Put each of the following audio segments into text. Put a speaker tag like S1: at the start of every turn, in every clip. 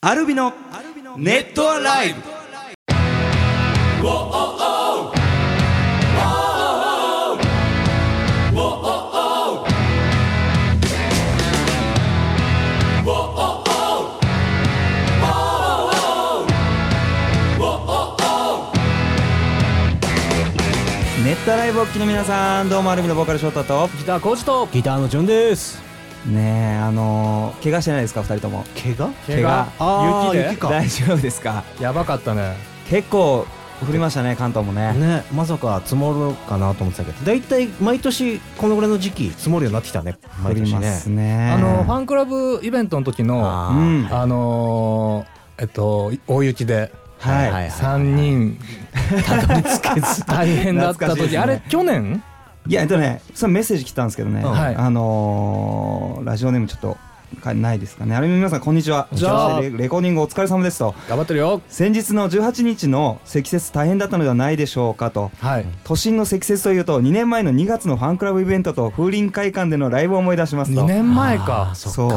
S1: アルビのネットアライブネットアライブお聞きの皆さんどうもアルビのボーカル翔太と
S2: ギターコーチとギターのジョンです
S1: ねえあのー怪我してないですか2人とも
S3: 怪我
S1: 怪我
S3: あー
S2: 雪で
S3: 雪か
S1: 大丈夫ですか
S2: やばかったね
S1: 結構降りましたね関東もね
S3: ねまさか積もるかなと思ってたけど大体毎年このぐらいの時期積もるようになってきたね
S1: 降
S3: 毎
S1: り
S3: 年
S1: ま
S3: ね
S1: すね
S2: あのファンクラブイベントの時の
S1: う
S3: ー
S1: ん
S2: あのーえっと大雪で
S1: はい、
S3: はい
S2: 3人たどり着けず大変だった
S1: 懐かしい
S2: 時
S1: ですね
S2: あれ去年
S1: いやえっとねそのメッセージ来たんですけどね、
S3: うん
S2: はい
S1: あのーラジオネームちょっとかないですかねあれ皆さんこんにちは
S2: じゃあ
S1: レレコーディングお疲れ様ですと
S2: 頑張ってるよ
S1: 先日の18日の積雪大変だったのではないでしょうかと
S2: はい
S1: 都心の積雪というと2年前の2月のファンクラブイベントと風林会館でのライブを思い出しますと
S2: 2年前か
S1: そう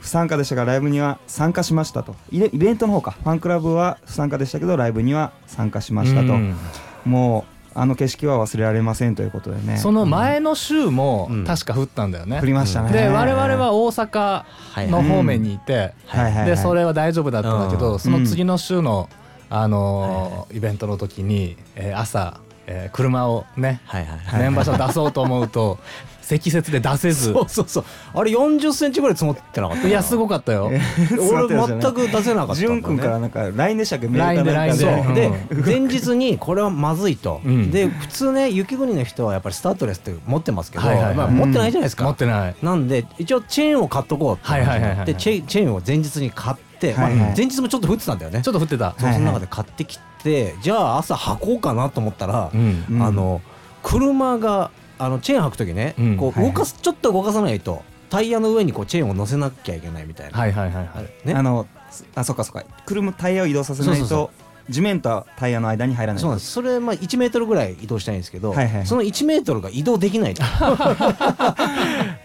S1: 不参加でしたがライブには参加しましたとイベイベントの方かファンクラブは不参加でしたけどライブには参加しましたと
S2: うん
S1: もうあの景色は忘れられませんということでね
S2: その前の週も
S3: うん
S2: 確か降ったんだよね
S1: 降りましたね
S2: で我々は大阪の方面にいて
S1: はいはいはい
S2: でそれは大丈夫だったんだけ
S3: う
S2: ど
S3: ん
S2: その次の週のあのーイベントの時にえー朝えー車をね
S3: はいはいはい
S2: 年場所出そうと思 うと積雪で出せ ず
S3: そうそうそうあれ40センチぐらい積もってなかった
S2: いやす
S3: ご
S2: ごかったよ
S3: 俺全く出せなかったんだね
S1: 潤くんからなんか LINE でしたっけメール
S2: LINE
S1: か
S2: で
S1: なんか
S2: LINE
S3: そう
S2: で
S3: で
S2: う
S3: 前日にこれはまずいと、
S2: うん
S3: で普通ね雪国の人はやっぱりスタッドレスって持ってますけど、
S2: はいはいはい
S3: まあ、持ってないじゃないですか、
S2: 持ってない
S3: なんで一応チェーンを買っとこうって話になって
S2: はいはいはいはい
S3: でチェチェーンを前日に買って、
S1: はいはい
S3: まあ、前日もちょっと降ってたんだよね
S2: ちょっと降ってた
S1: はいはい
S3: その中で買ってきてじゃあ朝履こうかなと思ったら、
S2: うん
S1: うん
S3: あの車があのチェーン履く時ね、
S2: うん
S3: こう
S1: はいは
S3: 動
S1: い
S3: かす、ちょっと動かさないとタイヤの上にこうチェーンを乗せなきゃいけないみたいな、
S2: はいはいはいはい
S3: ね
S1: あのあそっかそっか車タイヤを移動させない
S3: そうそう
S1: と地面とタイヤの間に入らない
S3: そうなんですそれまあ1メートルぐらい移動したいんですけど、
S1: はいはい
S3: その1メートルが移動できない と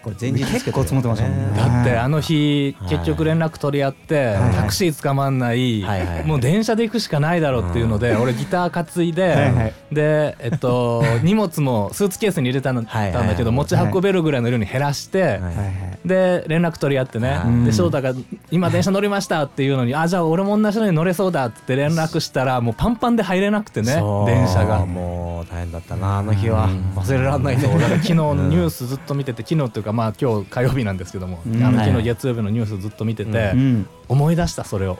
S3: これ前日
S1: 結構積もってましたもんね
S2: だってあの日
S3: はい
S2: 結局連絡取り合って
S1: はい
S2: タクシー捕まんない
S3: はいはい
S2: もう電車で行くしかないだろうっていうので俺ギター担い
S1: はいは
S2: で
S1: い
S2: でえ っと荷物もスーツケースに入れた
S3: は
S2: ん
S3: いはい
S2: たんだけど持ち運べるぐらいの量に減らして
S3: はい
S1: はいはい
S2: で連絡取り合ってね
S3: はい
S2: で翔太が「今電車乗りました」っていうのに「あじゃあ俺も同じのに乗れそうだ」って連絡したらもうパンパンで入れなくてね
S3: そう
S2: 電車が。
S3: もう大変だったなあの日は
S2: うん
S3: 忘れられないと
S2: そうだから昨日の
S3: うん
S2: ニュースずっと見てて昨日っていうかまあ今日火曜日なんですけども、
S1: うん
S2: あの昨
S3: は
S2: 日
S3: い
S2: 月曜日のニュースずっと見てて、
S1: うん
S2: 思い出したそれを、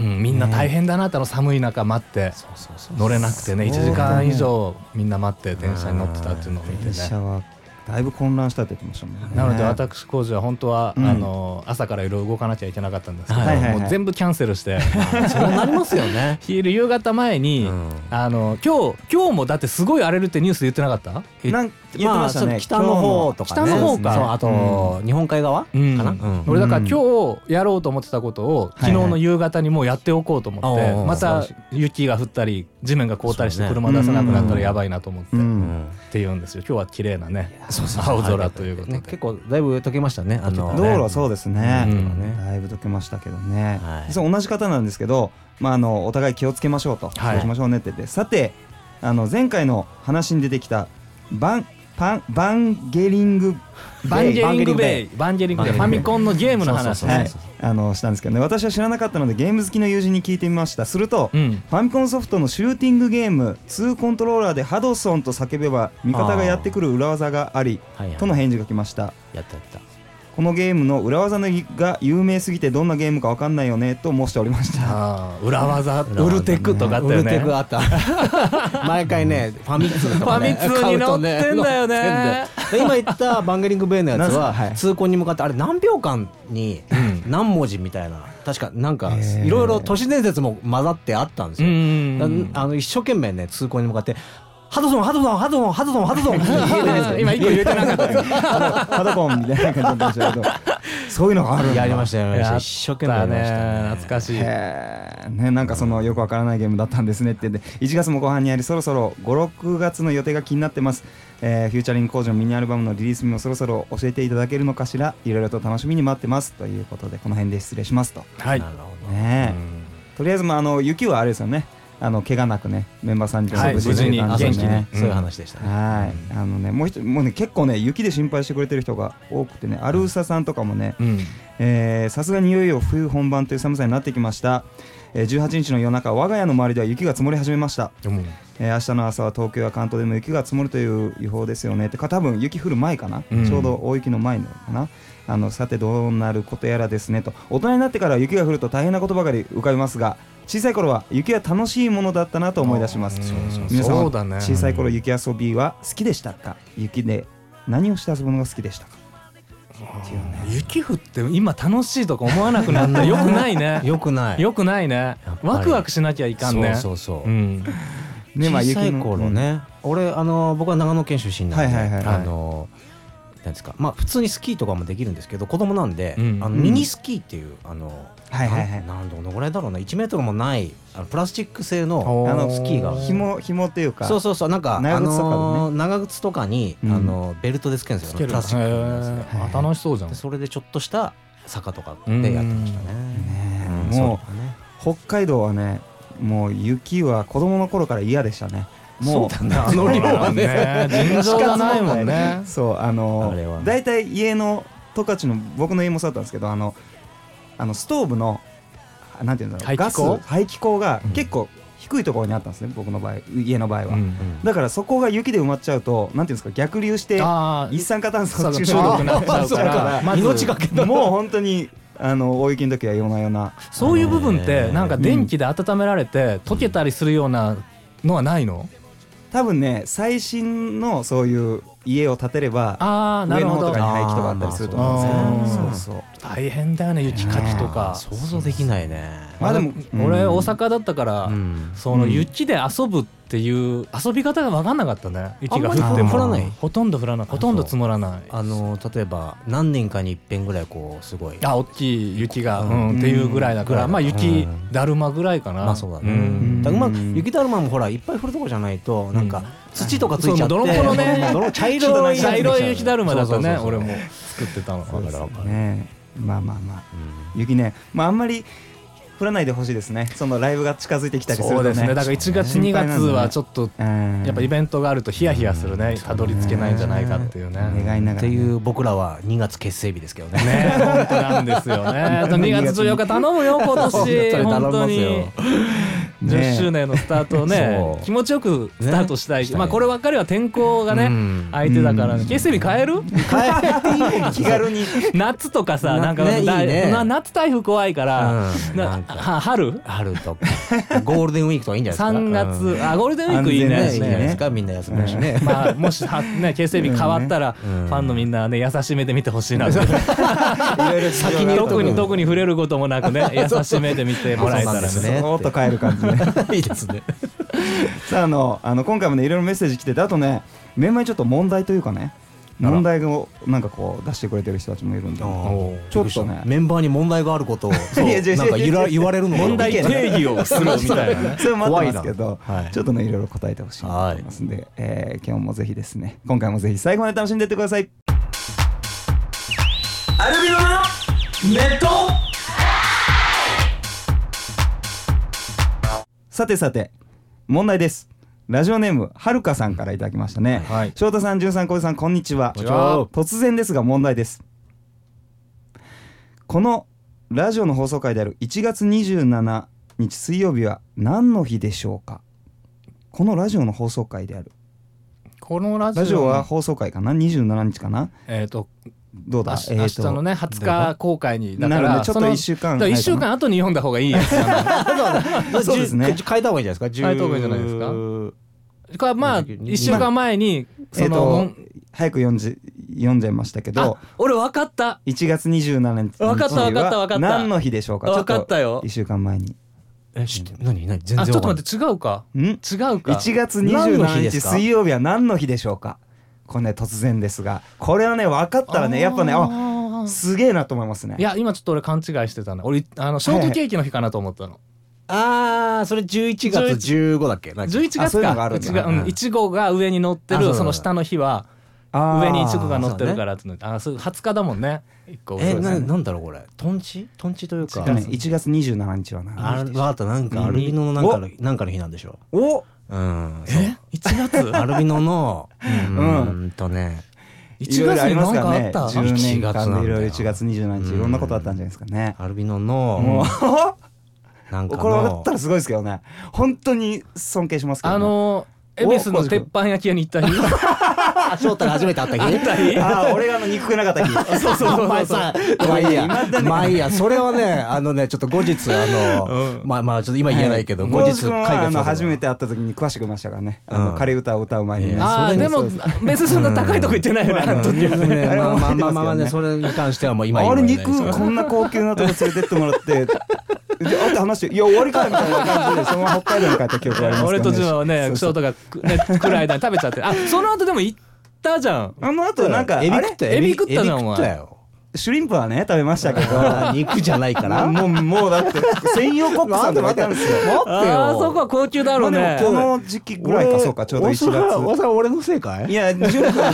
S2: うんみんな大変だなってあの寒い中待って
S3: そうそうそう
S2: 乗れなくてね1時間以上みんな待って電車に乗ってたっていうのを見て
S1: 電車
S2: ね。
S1: はだいぶ混乱したって言ってましたもんね
S2: なので私工事は本当は、
S1: うん
S2: あの朝からいろいろ動かなきゃいけなかったんですけど、
S3: はい
S1: はいはい
S2: もう全部キャンセルして
S3: そうなりますよね
S2: 昼夕方前に、
S3: うん
S2: あの今日今日もだってすごい荒れるってニュース言ってなかった
S1: なん言ってました
S3: ま
S1: ね
S3: あ北の方とかね
S2: 北の方か
S3: そうあと日本海側か
S2: うん
S3: な
S2: うん俺だから今日やろうと思ってたことを昨日の夕方にもうやっておこうと思って、
S3: はいはい
S2: ま
S3: おうおう
S2: た雪が降ったり地面が凍ったりして
S3: そうね
S2: 車出さなくなったらやばいなと思って、
S1: う
S2: っ
S1: ん
S2: て言うんですよ今日は綺麗なね
S3: そうそう
S2: 青空ということで、
S3: ね結構だいぶ溶けましたねあの
S1: 道路はそうですね、
S2: うん
S1: だいぶ溶けましたけどね、
S3: はい
S1: そう同じ方なんですけど、まあ、あのお互い気をつけましょうと、
S2: はい
S1: そうしましょうねって言ってさてあの前回の話に出てきたバンパンバンゲリング
S2: バンゲリングベイバンゲリングベイファミコンのゲームの話
S3: そう
S2: ね
S3: そう
S1: は
S3: そう
S1: い、あのしたんですけどね私は知らなかったのでゲーム好きの友人に聞いてみましたすると、
S2: うん
S1: ファミコンソフトのシューティングゲーム2コントローラーでハドソンと叫べば味方がやってくる裏技があり
S3: はいはい
S1: との返事が来ました
S3: やったやった
S1: このゲームの裏技のが有名すぎてどんなゲームかわかんないよねと申しておりました
S2: あー裏技
S3: 裏技ね
S2: ウルテクとかあったよ
S3: ウル
S2: ね
S3: テクあった 毎回ねファミ通とかね
S2: ファミ通に乗ってんだ
S3: 買
S2: よね
S3: うと乗ってんだよ今言ったバンゲリングベイのやつ
S1: なんすかは
S3: はい通行に向かってあれ何秒間に何文字みたいな確かなんか
S1: へー
S3: いろいろ都市伝説も混ざってあったんです
S2: う
S3: よ
S2: ん
S3: あの一生懸命ね通行に向かってハドソンハドソンハドソンハドソン ハドソンって言えないんですよ
S2: 今一個言えてなかったよ
S1: パドコンみたいな感じだったんですけどそそういうのがあるんだ
S3: やりましたやりました
S2: や
S3: 一生懸命やりました
S2: った
S3: ね
S2: ね懐かしい
S1: へえねなんかそのよくわからないゲームだったんですねって言って1月も後半にありそろそろ56月の予定が気になってます、えーフューチャリング工場ミニアルバムのリリース日もそろそろ教えていただけるのかしらいろいろと楽しみに待ってますということでこの辺で失礼しますと
S2: はい
S3: なるほどう
S1: ねえ
S3: ん
S1: とりあえずまああの雪はあれですよねあの怪我なくねメンバーさんに
S2: はい
S1: 無事に
S2: 無
S1: あ
S2: 事
S1: そう
S3: 元
S1: で
S2: に
S3: 気
S1: す
S2: 元気
S3: に
S1: ね
S2: に
S3: そういう話でしたね
S1: はいあのねもう一人もうね結構ね雪で心配してくれてる人が多くてねアルーサさんとかもね
S2: うん
S1: えーさすがにいよいよ冬本番という寒さになってきました、えー18日の夜中我が家の周りでは雪が積もり始めました、
S3: うん
S1: えー明日の朝は東京や関東でも雪が積もるという予報ですよねってか多分雪降る前かな、
S2: うん
S1: ちょうど大雪の前のかなあのさてどうなることやらですねと大人になってから雪が降ると大変なことばかり浮かびますが小さい頃は雪は楽しいものだったなと思い出します
S2: うん
S1: 皆さんは
S2: そうだね
S1: 小さい頃雪遊びは好きでしたか雪で何をして遊ぶのが好きでしたかっていうね
S2: 雪降って今楽しいとか思わなくなったよくないね
S3: よくない
S2: よくないね
S3: やっぱり
S2: ワクワクしなきゃいかんね
S3: そうそうそううん
S1: ねまあ
S3: 小さい
S1: 雪の
S3: 頃ね俺あの僕は長野県出身なん
S1: はいはいはい
S3: であのなんですかまあ普通にスキーとかもできるんですけど子供なんであ
S2: うん
S3: のミニスキーっていうあの
S1: はいはいはい
S3: なんなんどのぐらいだろうな1メートルもないあのプラスチック製の
S2: おー
S1: あの
S3: スキーが
S1: 紐紐っていうか
S3: そうそうそうなんか
S1: 長靴とかでね
S3: あの長靴とかにあ
S1: うん
S3: のベルトでつけるんですよプラスチックのやつで
S2: へーあ楽しそうじゃん
S3: でそれでちょっとした坂とかでやってましたね
S1: うん
S3: うん
S1: ねもう
S3: そうだね
S1: 北海道はねもう雪は子供の頃から嫌でしたねもう
S3: そうだねあの量はね
S2: ね尋常がないもんね
S1: そうあの
S3: あれはね
S1: 大体家の十勝の僕の家もそうだったんですけどあのあのストーブのあなんていうんだろう
S2: 排気口
S1: ガス排気口が
S2: うん
S1: 結構低いところにあったんですね僕の場合家の場合は、
S2: うん
S1: だからそこが雪で埋まっちゃうとなんていうんですか逆流して
S2: あー
S1: 一酸化炭素の中
S2: 中毒になっちゃうか
S1: そう
S2: らまず
S3: 命がけだ
S1: もう本当にあの大雪の時は夜な夜な
S2: そういう部分っ
S3: あの
S2: て
S3: ね
S2: なんか電気で温められて溶けたりするようなのはないの
S1: 多分ね最新のそういう家を建てれば
S2: ああな
S1: 上
S2: る
S1: の
S2: ほ
S1: 方と
S2: ど
S1: かに排気とかあったりすると思うんですよね
S2: あー
S1: そうそう
S2: 大変だよね雪かきとか
S3: 想像できないね
S1: まあでも
S2: うん俺
S1: うん
S2: 大阪だったから、
S3: うん
S2: その雪で遊ぶっていう遊び方が分かんなかったね雪が降って
S1: あんまり
S2: も
S1: 降ら
S3: ない
S2: ほとんど降らないほとんど積もらないあ
S3: あの例えば何年かに一遍ぐらいこうすごい
S2: 大きい雪が、う
S3: うんん
S2: っていうぐらいだから、
S3: うん
S2: まあ雪
S3: うん
S2: だるまぐらいかな、
S3: まあそうだね、
S2: ん
S3: だからまあ
S1: うん
S3: 雪だるまもほらいっぱい降るとこじゃないとなん
S2: う
S3: か
S2: ん
S3: 土とかついちゃって、
S2: そうもう泥棒のね
S3: 泥茶
S2: ちょっと
S3: 色
S2: なん
S3: い
S2: か茶色い雪だるまだった
S3: そ
S2: ね
S3: うそうそうそう
S2: 俺も作ってたの
S3: そうですねわかる
S1: ねまあまあまあ
S3: うん
S1: 雪ねまああんまり降らないでほしいですねそのライブが近づいてきたりする
S2: そう
S1: と
S2: で
S1: ね
S2: すねだから1月
S1: 心
S2: 2
S1: 配な
S2: 月
S1: んだね
S2: はちょっと
S1: うん
S2: やっぱイベントがあるとヒヤヒヤするねたどり着けないんじゃないかっていうね
S1: うん願いな
S3: っ
S1: が
S3: て
S1: らね
S3: いう僕らは2月結成日ですけどね
S2: ね本当なんです よね。あと2月14日頼むよ今年本
S3: 本
S2: 当
S3: 当
S2: に
S3: に
S2: 10周年のスタートをね
S3: そう
S2: 気持ちよくスタートしたいし、
S3: ね
S2: まあこればっかりは天候がね、
S3: うん
S2: 相手だから、
S1: う
S2: ね、
S1: ん
S2: 結成 日変える
S1: 気軽に
S2: 夏とかさ
S3: な
S2: なんか、
S3: ね
S2: だ
S3: いいね
S2: な夏台風怖いから、
S3: うん
S2: な
S3: なんか
S2: は春
S3: 春とかゴールデンウィークとかいいんじゃないですか
S2: 3月、
S3: うん
S2: あゴールデンウィークいい
S3: ねい
S1: 安全だ
S3: い
S1: し
S3: んじゃ
S1: ね
S3: ない
S2: ね
S3: ですかみんな休みだしね、
S2: まあもしはね結成日変わったら、
S3: うん
S2: ファンのみんなはね優しめで見てほしいなと
S1: 先
S3: 言うとこ
S2: 特に特に触れることもな くね優しめで見てもらえたら
S3: あ
S2: ね
S3: そうなんですね
S1: そーっと帰る感じ ね
S3: いいですね
S1: さああのあの今回もねいろいろメッセージ来ててあとねメンバーにちょっと問題というかね
S3: あら
S1: 問題をなんかこう出してくれてる人たちもいるんで
S2: おー
S1: ちょっとね
S3: メンバーに問題があることをそう
S1: いや違う
S3: なんか言わ言われるのかな
S2: 問題
S3: 意見が
S2: 定義をするみたい なね
S1: それ待ってますけど、
S3: 怖いなはい
S1: ちょっとねいろいろ答えてほしいなと思いますんで、えー今日もぜひですね今回もぜひ最後まで楽しんでいってください
S4: アルビノのネット
S1: さてさて問題ですラジオネームはるかさんからいただきましたね、
S2: はい
S1: 翔太さんじゅんさんこじさんこんにちは
S2: こんにちは
S1: 突然ですが問題ですこのラジオの放送回である1月27日水曜日は何の日でしょうかこのラジオの放送回である
S2: このラジオ
S1: ラジオは放送回かな27日かな
S2: えっ、と
S1: どうだ
S2: あし明日のね20日公開にだ
S1: な
S2: か
S1: るほ
S2: ら
S1: どちょっと
S2: その
S1: 一週間
S2: だから一週
S1: 早いか
S2: 間後に読んだ方がいいや つなの
S1: そうですね
S3: じゅ変えた方がいいんじゃないですか
S2: 変えた方がいいんじゃないですか
S3: 10
S2: これはまあ一週間前にそ
S1: えっ
S2: の、も
S1: と
S2: ん
S1: 早く読んじ読んじゃいましたけど
S2: あ俺分かった
S1: 1月27日
S2: わかったわかったわかった
S1: 何の日でしょうか
S2: わかったよ
S1: 1週間前に
S3: え知って何何全然
S2: あちょっと
S3: わかんない
S2: 待って違うか
S1: ん
S2: 違うか
S1: 1月
S3: 何の日
S1: 27
S3: で
S1: 日
S3: すか
S1: 水曜日は何の日でしょうかこれね突然ですがこれはね分かったらねやっぱねあ
S2: あー
S1: すげえなと思いますね
S2: いや今ちょっと俺勘違いしてたね俺あのショートケーキの日かなと思ったの、
S3: あーそれ11月15だっけなんか
S2: 11
S1: あそ
S2: 月
S1: ういうのが
S2: か
S1: あるん
S2: う
S1: だ
S2: ちがうんいちごが上に乗って
S3: あそうだ
S2: る
S3: ね
S2: その下の日は
S1: あー
S2: 上にいちごが乗ってるからってのあそう20日だもんね一個
S3: え
S2: そうです
S3: な
S2: ね
S3: なんだろうこれトンチトンチという
S1: えっ
S3: か
S1: とね1月27日は
S3: あ
S1: な
S3: わかったなんかアルビノのなんかのなんかの日なんでしょ
S1: お
S3: ううんそう
S2: え1月
S3: アルビノのう
S1: うん
S3: ーんとね
S1: い
S2: 1
S1: ろいろあ
S2: 月
S1: り
S2: に
S1: ますか
S2: 何からあ
S1: ね
S2: った
S1: 10
S3: 1
S1: 年
S3: 月なんだ
S1: 間
S3: よ
S1: でいろいろ1月27日いろんなことあったんじゃないですかね
S3: アルビノの
S1: も
S3: なん
S1: う
S3: か
S1: これ分か
S3: の
S1: ったらすごいですけどね本当に尊敬しますけどね
S2: あのー恵比寿の鉄板焼き屋に行った日
S3: あ翔太が初めて会った日
S1: あー俺があの憎くなかった日
S2: そうそう
S3: お
S2: そ
S3: 前
S2: うそう
S3: さ、まあいいや、まあいいや、それはね、あのね、ちょっと後日、あの、まあまあ、ちょっと今言えないけど、後
S1: ゴ
S3: 日
S1: ーズ君
S3: 解
S1: はあ
S3: 決
S1: の初めて会った時に詳しくましたからねあの
S3: うん
S1: 枯れ歌を歌う前に
S3: い
S1: ね
S3: や
S2: あ
S1: そ
S2: あ
S1: れ
S2: で
S1: ね
S2: も
S1: そう
S2: 別にそんな高いとこ行ってないよねあの時はね
S3: ね、まあまあまあまあまあ
S1: あ
S3: ね、
S1: れ
S3: それに関してはもう今
S1: あ
S3: 言
S1: れ
S3: えないです
S1: 肉
S3: よ
S1: こんな高級なとこ連れてってもら ってで会って話して「いや終わりか」みたいな感じでそのまま北海道に帰った記憶がありますけ
S2: 俺
S1: ど
S2: とジュンはね
S1: そう
S2: シ
S1: そ
S2: ョ
S1: う
S2: ートがくね 来る間に食べちゃってあその後でも行ったじゃん
S1: あのあとなんかあ
S3: エビ
S1: れ
S3: 食ったよ
S2: エビ食ったじゃん
S3: エビ
S2: お前
S3: 食ったよ
S1: シュリンプはね食べましたけど
S3: あ肉じゃ ないか
S1: な
S3: ら。
S1: もうもうだって専用コックさんとかいたんですよ
S2: ああそこは高級だろう
S1: まあ
S2: ね
S1: でもこの時期ぐらいかそうかちょうど1月
S3: さ俺のせいか
S1: いや潤君のせいじゃ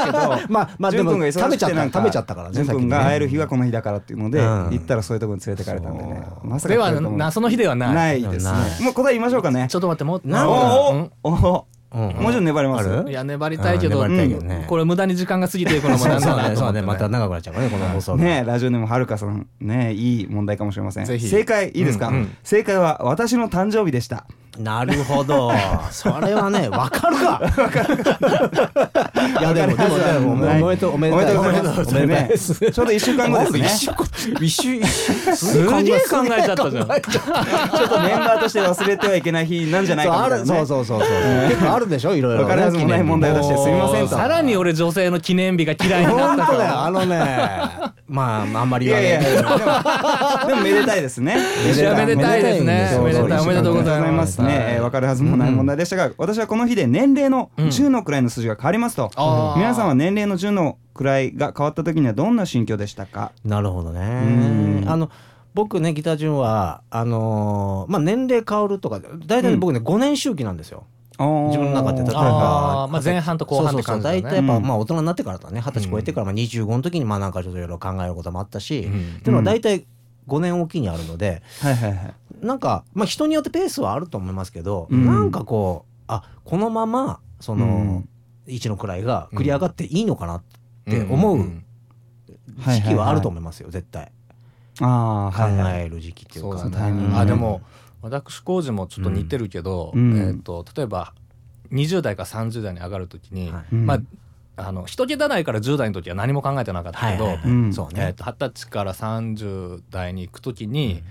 S1: ないけど
S3: まあまあでも
S1: 潤君が忙
S3: 食べ
S1: しくて
S3: ちゃった
S1: なん
S3: 食べちゃったからね
S1: 潤君が
S3: 先にね
S1: 会える日はこの日だからっていうので
S3: うん
S1: 行ったらそういうところに連れてかれたんでねまさか
S2: では
S1: 来ると思う
S2: なその日ではない
S1: ないですね
S3: ない
S1: もう答え言いましょうかね
S2: ちょっと待ってもう
S3: なん
S1: お
S2: うん
S1: お
S3: う
S1: お
S3: ん
S1: おもうちょっと粘れます
S3: ある
S2: いや粘りたいけ
S3: う
S2: ど
S3: ん粘りたいけどね
S2: うんこれ無駄に時間が過ぎていくのも
S3: そ
S2: な
S3: うんそう
S2: だな
S3: ね、
S2: と
S3: そ
S2: 思
S3: う
S2: っ
S3: ね、
S2: て
S3: また長くなっちゃうからね、この放送が。
S1: ねえラジオネームはるかさんねいい問題かもしれません
S2: ぜひ
S1: 正解いいですか
S2: うんうん
S1: 正解は私の誕生日でした
S3: なるほど。それは ね、わかるか。いや、でも、でも、でも、もうおめでとう、おめでとう、
S1: おめでとうございます
S3: おめでとう
S1: ちょうど1週間後ですね
S3: 一周、一周、
S2: すげえ考えちゃったじゃん
S3: 考えちゃった
S1: ちょっとメンバーとして忘れてはいけない日なんじゃない
S3: そうあ
S1: かみたい
S3: る
S1: な、ね、
S3: そうそうそうそう。結構あるでしょ、いろいろね。
S1: わかるはずもない問題を出してすみませんと
S2: さらに俺女性の記念日が嫌いにな
S3: 本
S2: った
S3: 当
S2: か
S3: だよ、
S2: ら
S3: あのね、まあ、あんまり
S1: い
S3: 言わ
S1: や
S3: ないいけ
S1: やい
S3: ど
S1: やでもでもめでたいですね。
S3: めでたいめでたいですね
S1: そうそう
S3: めでたいおめでとうございます
S1: おめでとうございますね。えーわかるはずもない問題でしたが、私はこの日で年齢の
S2: うん
S1: 10の位の数字が変わりますと。
S2: あー
S1: 皆さんは年齢の10の位が変わった時にはどんな心境でしたか。
S3: なるほど
S1: う
S3: ね
S1: ん。
S3: あの僕ねギター順はあのーまあ年齢変わるとか大体ね僕ね5年周期なんですよ。
S1: 自
S3: 自分の中で例えば
S2: あーまあ前半と後半って感じだ
S3: そ
S2: ね
S3: うそうそう大体やっ
S1: うん
S3: ぱまあ大人になってからだね二十歳超えてからまあ25の時にまあなんかちょっといろいろ考えることもあったし、
S2: うん
S3: っていうのは大体5年おきにあるので
S1: はいはいはい。
S3: なんかまあ人によってペースはあると思いますけど、
S1: うん
S3: なんかこうあこのままその
S1: う
S3: 1の位が繰り上がっていいのかなって思う時期はあると思いますよ絶対
S1: ああ
S3: 考
S1: はいはい。
S3: える時期ってい
S2: そうう
S3: か
S2: だ
S1: タイミング
S2: ね
S1: ね
S2: あでも私工事もちょっと似てるけど
S1: うん
S2: えっと例えば20代か30代に上がるときに
S3: はい
S1: うん
S2: まああの一桁台から10代の時は何も考えてなかったけど、
S3: はいはいはい
S1: うん
S3: そう
S2: えー
S3: ね。
S2: と二十歳から30代に行く時に、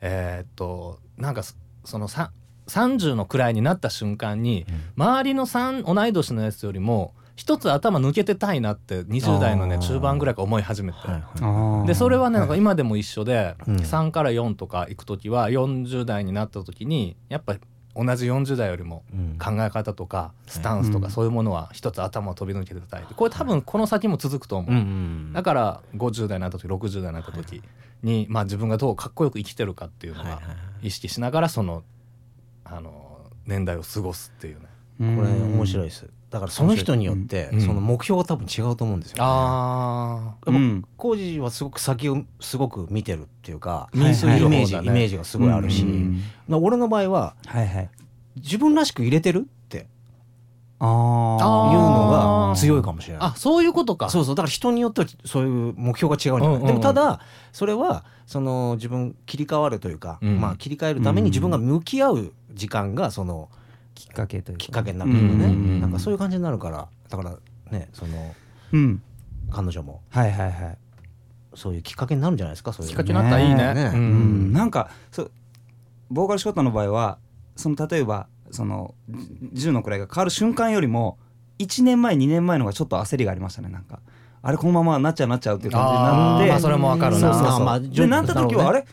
S2: えっとなんかそそのさ30の位になった瞬間に、周りの三同い年のやつよりも一つ頭抜けてたいなって20代のね
S3: あー
S2: 中盤ぐらいから思い始めて。
S3: はいはい
S1: あー
S2: でそれはねなんか今でも一緒で、
S3: うん
S2: 3から4とか行く時は40代になった時にやっぱり同じ40代よりも
S3: うん
S2: 考え方とかスタンスと
S1: う
S2: か
S1: ん
S2: そういうものは一つ頭を飛び抜けてたいこれ多分この先も続くと思
S3: うんう
S2: う、
S3: ん
S2: だから50代になった時60代になった時に、まあ、自分がどうかっこよく生きてるかっていうの
S3: はいは
S2: はい
S3: はい
S2: 意識しながらそのあの年代を過ごすっていうね。
S1: うん
S3: これ面白いです。だからその人によって
S2: うん
S3: その目標が多分違うと思うんですよ、ね。
S2: あ
S1: う
S3: やっ
S1: ん
S3: ぱ工事はすごく先をすごく見てるっていうか、
S1: はい
S3: そういうイメージ、
S2: はい
S3: イメージがすごいあるし、
S1: うん
S3: な俺の場合は
S1: はいはい。
S3: 自分らしく入れてるっていう
S1: あー
S2: あー
S3: のが強いかもしれ
S2: ー
S3: ない
S2: あ。そういうことか。
S3: そうそうだから人によってはそういう目標が違うんじゃない、
S2: うんうんうん
S3: でもただそれはその自分切り替わるというか、
S2: うん
S3: まあ切り替えるために自分が向き合う時間がその
S1: きっかけという
S3: きっかけになるというかね、
S1: うんうんうん
S3: なんかそういう感じになるからだからねその
S1: うん
S3: 彼女も
S1: はいはいはい。
S3: そういうきっかけになるんじゃないですかそういう
S2: きっ
S3: の
S2: かけになったらいいね。
S3: ね
S2: う
S1: うんん、なんかそうボーカルショートの場合はその例えばそのじ10の位が変わる瞬間よりも1年前2年前の方がちょっと焦りがありましたねなんかあれこのままなっちゃうなっちゃうっていう感じになっ
S2: あー
S1: て
S2: まあそれもわかる
S1: そう
S2: な。
S1: そうそう
S3: まあ
S1: でなった時はあれ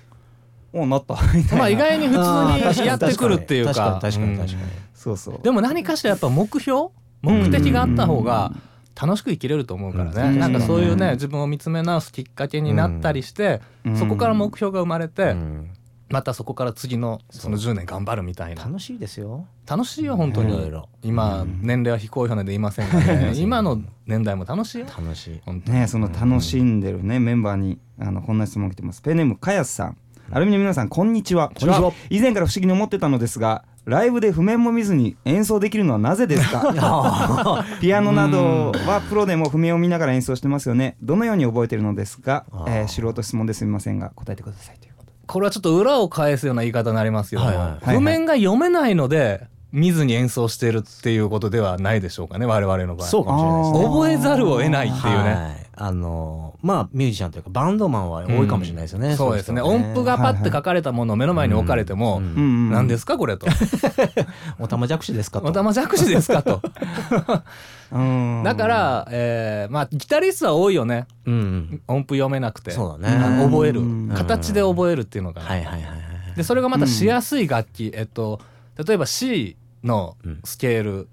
S1: おうなった みたいな、
S2: まあ意外に普
S3: あー 確
S2: 通
S3: か
S2: に
S3: に
S2: やってくるっていうか。
S3: 確かに確かに確かに
S2: うん
S1: そうそう
S2: でも何かしらやっぱ目標目的があった方が楽しく生きれると思うからね、
S1: うん
S2: なんかそういうね、
S1: うん
S2: 自分を見つめ直すきっかけになったりして、
S1: うん
S2: そこから目標が生まれて、
S3: うん
S2: またそこから次のその10年頑張るみたいな
S3: 楽しいですよ
S2: 楽しいよ本当に、
S3: いろいろ
S2: 今、
S1: うん
S2: 年齢は非公表なんで言いませんが、 ね、今の年代も楽しいよ
S3: 楽しい
S2: 本当に、
S1: ねその楽しんでるね、メンバーにあのこんな質問来てますペンネームかやすさんアルミの皆さんこんにちは
S3: こんにちは
S1: 以前から不思議に思ってたのですがライブで譜面も見ずに演奏できるのはなぜです かピアノなどはプロでも譜面を見ながら演奏してますよねどのように覚えてるのですか
S3: あ、ー
S1: えー素人質問ですみませんが答えてくださいということで
S2: これはちょっと裏を返すような言い方になりますけども、
S3: はいはい
S2: 譜面が読めないので見ずに演奏してるっていうことではないでしょうかね我々の場 合
S3: そうかもしれないですね
S1: あー
S2: 覚えざるを得ないっていうね、
S3: はいあのーまあミュージシャンというかバンドマンは多いかもしれないですよね、
S2: そうですね
S3: い人は
S2: 音符がパッて書かれたものを目の前に置かれて
S3: う
S2: も
S3: ん
S1: うんう
S2: 「
S1: ん
S2: 何ですかこれ」と
S3: おたまじゃくしです
S2: 「
S3: かと
S2: おたまじゃくしですか」と
S1: うん
S2: だから、えーまあギタリストは多いよね
S3: うんうん
S2: 音符読めなくて
S3: そうだ
S2: あ
S3: ね
S2: の覚える
S1: うん
S2: 形で覚えるっていうのが、
S3: はいはいはいはい
S2: でそれがまたしやすい楽器、えっと例えば C の
S3: うん
S2: スケール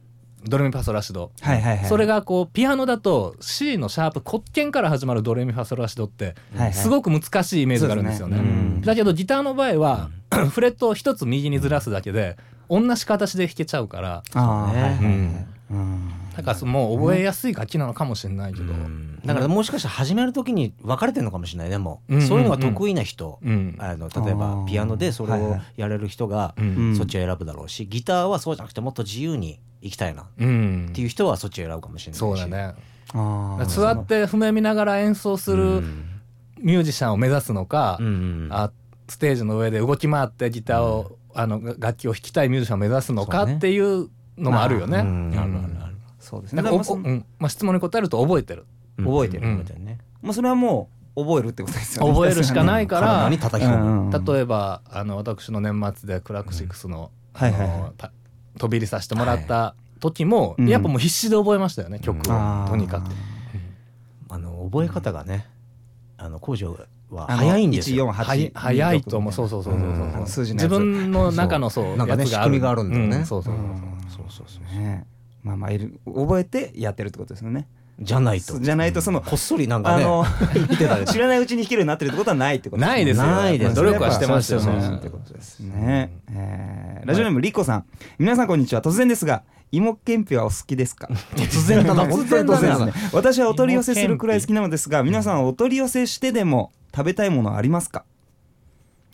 S2: ドレミファソラシド、
S1: はいはいはい
S2: それがこうピアノだと C のシャープ骨鍵から始まるドレミファソラシドって
S1: はいはい
S2: すごく難しいイメージがあるんですよね。
S1: そうですねうん
S2: だけどギターの場合は、フレットを一つ右にずらすだけで同じ形で弾けちゃうから
S1: あー
S3: ね
S1: はいはいはい
S2: うん
S1: うん
S2: だからそのもう覚えやすい楽器なのかもしれないけど、
S3: うんだからもしかしたら始める時に分かれてるのかもしれないでも
S2: うんうんうん
S3: そういうのが得意な人
S2: うん
S3: あの例え
S1: あ
S3: ば
S1: ー
S3: ピアノでそれ
S1: はいは
S3: を
S1: い
S3: やれる人が
S2: うん
S3: そっちを選ぶだろうしギターはそうじゃなくてもっと自由に行きたいなっ
S2: うん
S3: ていう人はそっちを選ぶかもしれないし
S2: そうだね
S1: あー
S2: 座って譜面見ながら演奏す
S3: う
S2: る
S3: ん
S2: ミュージシャンを目指すのか、
S3: うんうん
S2: あステージの上で動き回ってギターを、あのが楽器を弾きたいミュージシャンを目指すのか
S3: そうね
S2: っていうのもあるよね。
S3: う
S2: うん
S3: んあるあるある
S1: そうです
S2: だ
S1: ね
S2: から
S1: だから
S2: お
S1: まあそ
S2: お
S1: うの
S2: んまあ、質問に答えると覚えてる
S3: 覚えてる
S2: うん
S3: みたいなね
S1: まあそれはもう覚えるってことですよね
S2: 覚えるしかないか
S3: 体
S2: ら、
S3: に叩き込む
S2: 例えばあの私の年末でクラクシックスの,、
S1: うんはい
S2: あ
S1: はいはい
S2: のた飛び入りさせてもらった時も、
S1: うん
S2: やっぱもう必死で覚えましたよね曲
S3: うん
S2: をとにかく。
S3: あの覚え方がねあの工場は
S1: あの
S3: 早いんですよ
S2: は
S1: 148
S2: い早いと思うそうそうそうそうそう
S3: うんあ
S1: の数字の
S2: 自
S1: やつ
S2: 分の中のそう
S3: なんかね
S2: やつ
S3: 仕組みがあるんだよね
S2: うそうそうそう
S3: そうそうそう
S1: ねまあまあいる覚えてやってるってことですよね
S3: じゃないと
S1: じゃないとその
S3: こっそりなんか
S1: あ
S3: ね
S1: の
S3: 見てたでしょ
S1: 知らないうちに弾けるようになってるってことはないってことね
S2: ないですよ
S3: ないです
S2: 努力はしてますよ
S1: それはやっぱそ
S2: ね
S1: うそうそうってことですねえーラジオネームリコさん皆さんこんにちは突然ですが芋けんぴはお好きですか
S3: 突然だな
S1: 突然
S3: 本当に
S1: で
S3: 突
S1: す
S3: 然だ
S1: ね私はお取り寄せするくらい好きなのですが皆さんはお取り寄せしてでも食べたいものありますか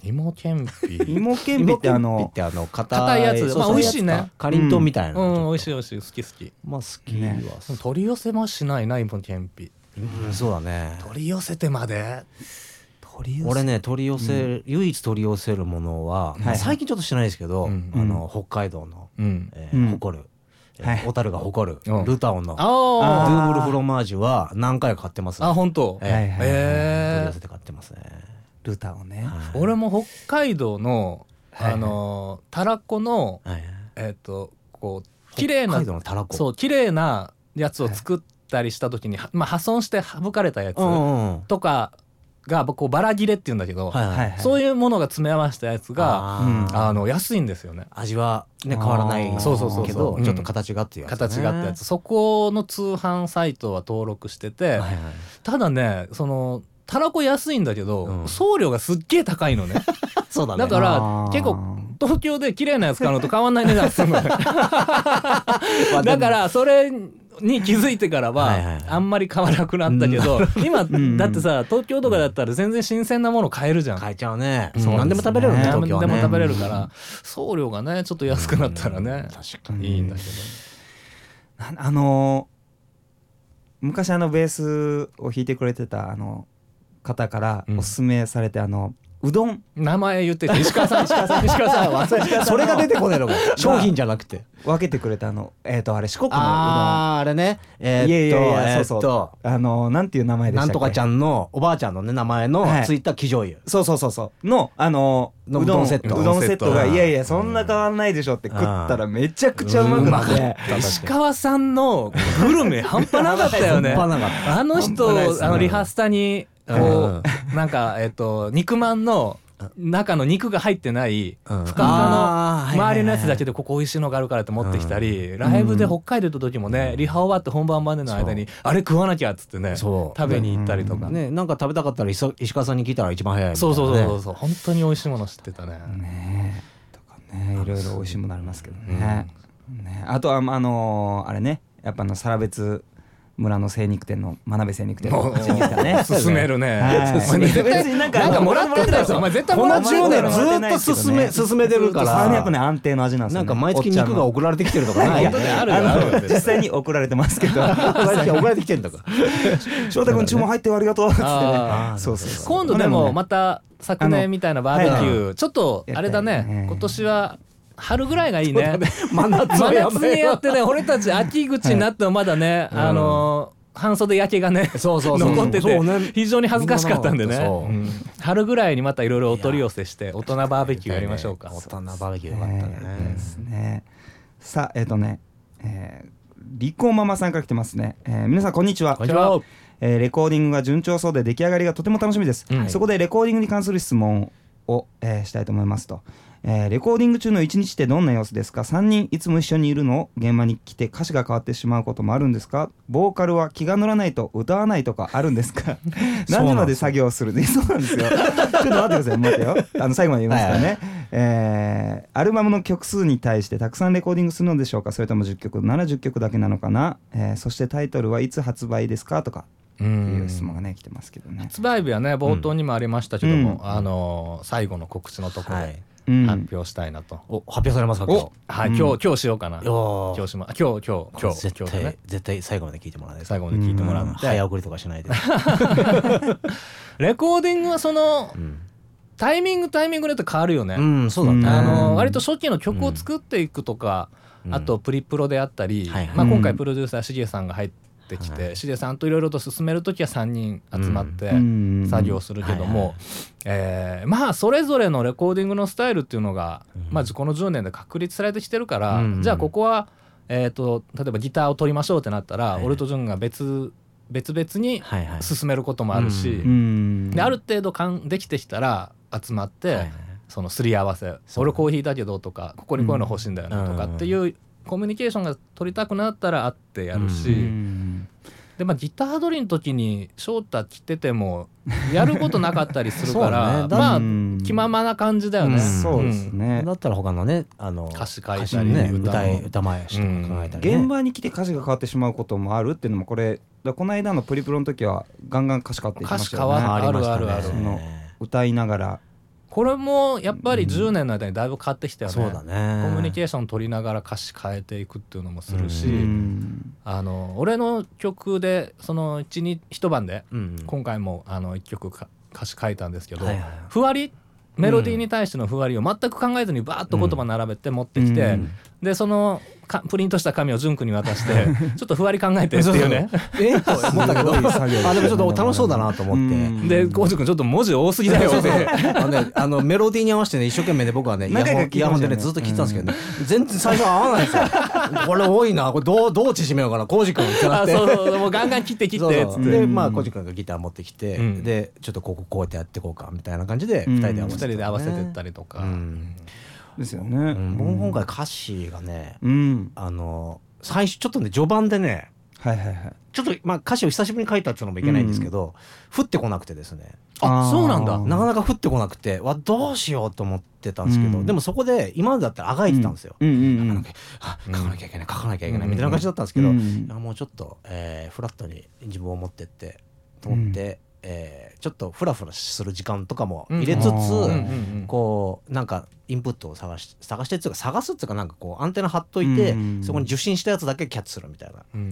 S2: 芋けんぴ
S1: 芋けんぴってあ
S3: 芋けんぴってあ
S1: の
S3: の硬
S2: 硬いやつまあ
S3: そうそう
S2: 美味しいね
S3: やつかかりんとうみたいな
S2: うん美味しい
S3: い
S2: 美味しい好き好き
S3: まあ好きは
S1: ね
S2: 取り寄せもしないな芋けんぴ
S3: うんそうだね
S2: 取り寄せてまで
S1: 取り寄せ
S3: 俺ね取り寄せ唯一取り寄せるものは
S1: はいはい
S3: 最近ちょっとしてないですけど
S2: うん
S3: あの北海道の
S2: うん
S3: え
S1: うん
S3: ー誇るえー
S1: はい
S3: 小樽が誇る
S2: うん
S3: ルタオンのドゥ
S2: あ
S3: ー
S1: あ
S3: ブルフロマージュは何回か買ってます
S2: ーあ本当
S3: え
S2: へ
S3: ー
S1: はいはいはい
S3: 取り
S2: え
S3: 寄せて買ってますね
S1: ルタをね
S3: はい
S2: 俺も北海道のあのたらこの
S3: はい
S2: えっとこう綺麗
S3: 北
S2: な
S3: 海道のたらこ
S2: そう綺麗なやつを作ったりした時にはまあ破損して省かれたやつ
S3: うんうんうん
S2: とかがこうバラ切れっていうんだけど
S3: はい
S1: はい
S3: は
S1: はいい
S2: そういうものが詰め合わせたやつが
S3: あー
S1: うん
S2: あの安いんですよね
S3: 味はね変わらない
S1: あー
S3: け
S2: そうそうそうそう
S3: ど
S2: うん
S3: ちょっと形がっていうやつだね
S2: 形があったやつそこの通販サイトは登録してて
S3: はいはい
S2: ただねそのたらこ安いんだけど、
S3: うん
S2: 送料がすっげえ高いのね
S3: そうだね
S2: だか
S1: あ
S2: ら
S1: ー
S2: 結構東京で綺麗なやつ買うのと変わんない値段するのだからそれに気づいてから
S3: はいはいは
S2: はいあんまり買わなくなったけど、 今
S1: ん
S2: だってさ東京とかだったら全然新鮮なもの買えるじゃん
S3: 変えちゃうね
S2: うん
S3: そう何でも食べれるね
S1: うん
S3: 東
S2: 何
S3: 京は
S2: で
S3: ね
S2: も食べれるから送料がねちょっと安くなったらね
S3: 確か
S2: いいんだけど
S1: な あのー昔あのベースを弾いてくれてたあの方から
S2: うん
S1: おすすめされて、あのうどん
S2: 名前言ってて石川さん石川さん石 川さん忘れて
S3: に それが出てこないの も商品じゃなくて
S1: 分けてくれたあのえっ、とあれ四国のうどんあ
S3: あーあれねえーっと
S1: いやいやいや
S3: えーっ
S1: そう
S3: と
S1: そうのーなんていう名前でし
S3: な
S1: たっ
S3: ん
S1: け
S3: とかちゃんのおばあちゃんのね名前の
S1: はい
S3: ついた生醤油
S1: そうそうそうそうのあのー
S3: のうどんセット
S1: うどんセット
S3: うどんセッ
S1: が
S3: ト
S1: いやいやそんな変わんないでしょって食ったらめちゃくちゃうまくなって
S2: 石川さんのグルメ半端なかったよね
S3: 半端なかっ
S2: あの人、
S1: 半端ないっすね
S2: あのリハスタにこう、
S3: うん
S2: なんかえっと肉まんの中の肉が入ってない
S3: たうん
S2: ふかふかの
S3: あーはいはいはいはい
S2: 周りのやつだけでここ美味しいのがあるからって持ってきたり、ライブで北海道行った時もね、リハ終わって本番までの間にあれ食わなきゃっつってね
S3: そ
S2: 食
S3: う
S2: べに行ったりとか、
S3: ねなんか食べたかったら石石川さんに聞いたら一番早いみたい
S2: そ
S3: なね
S2: うそうそうそうそう本当に美味しいもの知ってたね
S1: ねえとかねいろいろ美味しいものありますけどね,、ねあとはまああのーあれねやっぱあのサラベツ村の精肉店の真鍋精肉店の精肉店ね
S2: 進める
S1: はい
S2: ね
S1: 進める別になんか
S2: なんかもらってたでしょお前絶対
S3: こ
S2: も
S3: の
S2: らって
S3: 10
S2: た
S3: 年
S2: よ
S1: ずっと
S3: ずっと進め進めてるか
S1: それねや
S3: ら
S1: っぱね安定の味なんです
S3: な
S1: よ、
S3: ん
S1: ね、
S3: か毎月肉が
S1: おっ
S3: 送られてきてるとか ないよ
S2: 本当だ
S3: ね
S2: よあ
S1: ち
S2: るよ
S1: ゃんの
S2: あるよ
S1: あの実際に送られてますけ ど
S3: 毎月送られてきてるんだから
S1: 翔太君注文入ってよありがとうっつってね
S2: あ
S3: ー
S1: そうそうそう
S2: 今度でもまた昨年みたいなバーベキューちょっとあれだ
S1: やりたいね
S2: ね今年は春ぐらいがいいね
S3: 真夏
S2: 真
S3: はやめよう
S2: 夏にやってね俺たち秋口になってもま だねあのー半袖焼けがね
S3: そうそうそう
S2: 残って
S3: そ
S2: て
S3: うね
S2: 非常に恥ずかしかったんでね
S3: みんなもそう
S2: うん春ぐらいにまたいろいろお取り寄せして大人バーベキューやりましょうか
S3: 大人バーベキューよかった
S1: えー
S3: ね
S1: ですね。さあ、えっ、とね、えーリコママさんから来てますね。えー皆さん、こんにちは。
S2: こんにちは
S1: えーレコーディングが順調そうで、出来上がりがとても楽しみです。
S2: うん
S1: そこでレコーディングに関する質問を、えーしたいと思いますと。えーレコーディング中の一日ってどんな様子ですか3人いつも一緒にいるのを現場に来て歌詞が変わってしまうこともあるんですかボーカルは気が乗らないと歌わないとかあるんです か何時まで作業するね そうなんですよちょっと待ってください待ってよあの最後まで言いますからね、えーアルバムの曲数に対してたくさんレコーディングするのでしょうかそれとも10曲70曲だけなのかな、えーそしてタイトルはいつ発売ですかとか
S2: う
S1: っていうん質問がね来てますけどね、
S2: 発売日はね冒頭にもありましたけど
S1: うん
S2: もあのー最後の告知のところ
S3: は
S2: で
S3: い
S1: うん、
S2: 発表したいなと
S3: お発表されますか今日
S2: おはい
S1: うん
S2: 今日今日しようかな
S3: よー
S2: 今日しま今日今日今日
S3: 絶
S2: 今日だね
S3: 対絶対最後まで聞いてもらえない
S2: 最後まで聞いてもら
S1: うん
S2: う
S3: 早送りとかしないで
S2: レコーディングはその
S3: うん
S2: タイミングタイミングによって変わるよね
S3: うんそうだね
S2: あ
S1: うん
S2: の割と初期の曲を作っていくとか、
S3: うん
S2: あとプリプロであったり、
S3: はいはい
S2: まあ、
S1: うん
S2: 今回プロデューサーしげさんが入ってきて、
S3: は
S2: しげさんといろいろと進める時は3人集まって
S1: うん
S2: 作業するけど
S3: はいはい
S2: も、えーまあそれぞれのレコーディングのスタイルっていうのが、
S3: うん
S2: まあ、この10年で確立されてきてるから、
S3: うん
S2: じゃあここは、えー、と例えばギターを取りましょうってなったら、
S3: はい
S2: 俺と潤が別別々に
S3: はいはい
S2: 進めることもあるし、
S3: うん
S1: うん
S2: である程度かんできてきたら集まって。
S3: はいはい
S2: そのすり合わせ「
S3: そう
S2: 俺コーヒーだけど」とか「ここにこういうの欲しいんだよね」とか
S3: うん
S2: っていうコミュニケーションが取りたくなったら会ってやるし、
S1: うん
S2: でまあギター取りの時に翔太来ててもやることなかったりするか
S3: そう
S2: ら、
S3: ねだ
S2: まあ
S1: うん
S2: 気ままな感じだよね。
S3: うん
S1: そうです
S2: ん
S1: ね、
S3: だったら他のねあの
S2: 歌詞書いたり
S3: もね
S2: 歌も
S3: 歌い歌前しとか考えたりね
S1: 現場に来て歌詞が変わってしまうこともあるっていうのもこれだからこの間のプリプロの時はガンガン歌詞変わっていきま
S2: 歌
S1: し
S2: 詞
S1: た
S2: 変
S1: よね
S2: わ
S3: あ
S2: っ
S3: り
S2: あ
S3: まし
S2: る
S3: たね
S2: あるある
S1: その歌いながら
S2: これもやっぱり10年の間にだいぶ変わってきたよね。
S3: そうだね
S2: コミュニケーション取りながら歌詞変えていくっていうのもするし、
S3: う
S1: うん
S2: あの俺の曲でその一日一晩で
S3: うん
S2: 今回もあの1曲か歌詞書いたんですけど、
S3: はいはい
S2: ふわりメロディーに対してのふわりを全く考えずにバーッと言葉並べて持ってきて、
S1: うん
S2: でそのかプリントした紙をジュン君に渡して ちょっとふわり考えてっていうね。
S3: えっと 思ったけど
S1: すごい作業ですね
S3: あでもちょっと楽しそうだなと思って
S1: うん
S2: でコウジ君ちょっと文字多すぎだよって
S3: あのねあのメロディーに合わせてね一生懸命ね僕はねイヤ
S1: 何回
S3: ホン
S1: か聞い
S3: イ
S1: て
S3: ヤ
S1: ま
S3: ホ
S1: し
S3: ン
S1: た
S3: で
S1: よね
S3: ねずっと聞いてたんですけどね全然最初合わないんですよこれ多いなこれどうどう縮めようかなコージ君 ってなっ
S2: あ
S3: て
S2: そうそうもうガンガン切って切
S3: そ
S2: っ
S3: う
S2: てっ
S3: そ
S2: つっ
S3: う
S2: て
S3: でまあコージ君がギター持ってきて
S2: うん
S3: でちょっとこここうやってやってこうかみたいな感じで
S1: うん
S3: 二人で合わ
S2: 2
S3: せて
S2: 人で合わせてったりとか、
S3: うん
S1: ですよね、
S3: 僕も今回歌詞がね
S1: うん
S3: あの最初ちょっとね序盤でね
S1: はいはいはい
S3: ちょっとまあ歌詞を久しぶりに書いたっていうのもいけないんですけど降ってこなくてですね
S2: あそうなんだ
S1: ー
S3: なかなか降ってこなくてわどうしようと思ってたんですけ
S1: う
S3: ど
S1: ん
S3: でもそこで今までだったらあがいてたんですよ
S1: うんうんう
S3: なん
S1: ん
S3: かあ書かなきゃいけない書かなきゃいけな
S2: う
S3: い
S2: ん
S3: みたいな感じだったんですけど、
S1: うん
S3: あもうちょっと、えーフラットに自分を持ってってと思って、えーちょっとフラフラする時間とかも入れつつ、
S1: うん
S2: うんん
S3: こうなんかインプットを探し探してっていうか探すっていうかなんかこうアンテナ張っといて、
S1: うん
S3: そこに受信したやつだけキャッチするみたいな
S2: うんう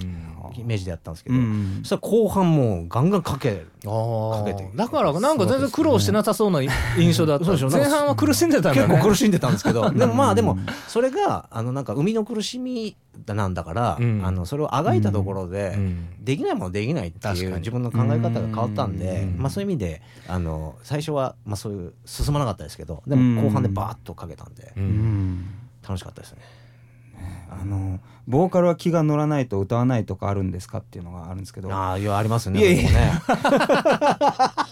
S2: ん
S3: イメージでやったんですけ
S1: う
S3: ど、
S1: ん
S3: そしたら後半もうガンガンかける
S2: あー
S3: かけて
S2: だからなんか全然苦労してなさそうな印象だった、
S3: そうでしょなん
S2: 前
S3: か
S2: 半は苦しんでたんだ
S3: 結
S2: ね
S3: 構苦しんでたんですけどでもま
S1: う
S3: あ
S1: ん
S3: でもそれがあのなんか生みの苦しみなんだから、
S2: うん
S3: あのそれをあがいたところで、
S2: うん
S3: できないものできないって
S2: 確
S3: い
S2: か
S3: う
S2: に
S3: 自分の考え方が変わったんで
S2: うん
S3: まあ、そういう意味であの最初は、まあ、そういう進まなかったですけどでも後半でバーッとかけたんで
S1: うんうん
S3: 楽しかったですね。
S1: あのボーカルは気が乗らないと歌わないとかあるんですかっていうのがあるんですけど
S3: ああいやありますよね。
S1: いやいや
S3: 僕もね
S1: あ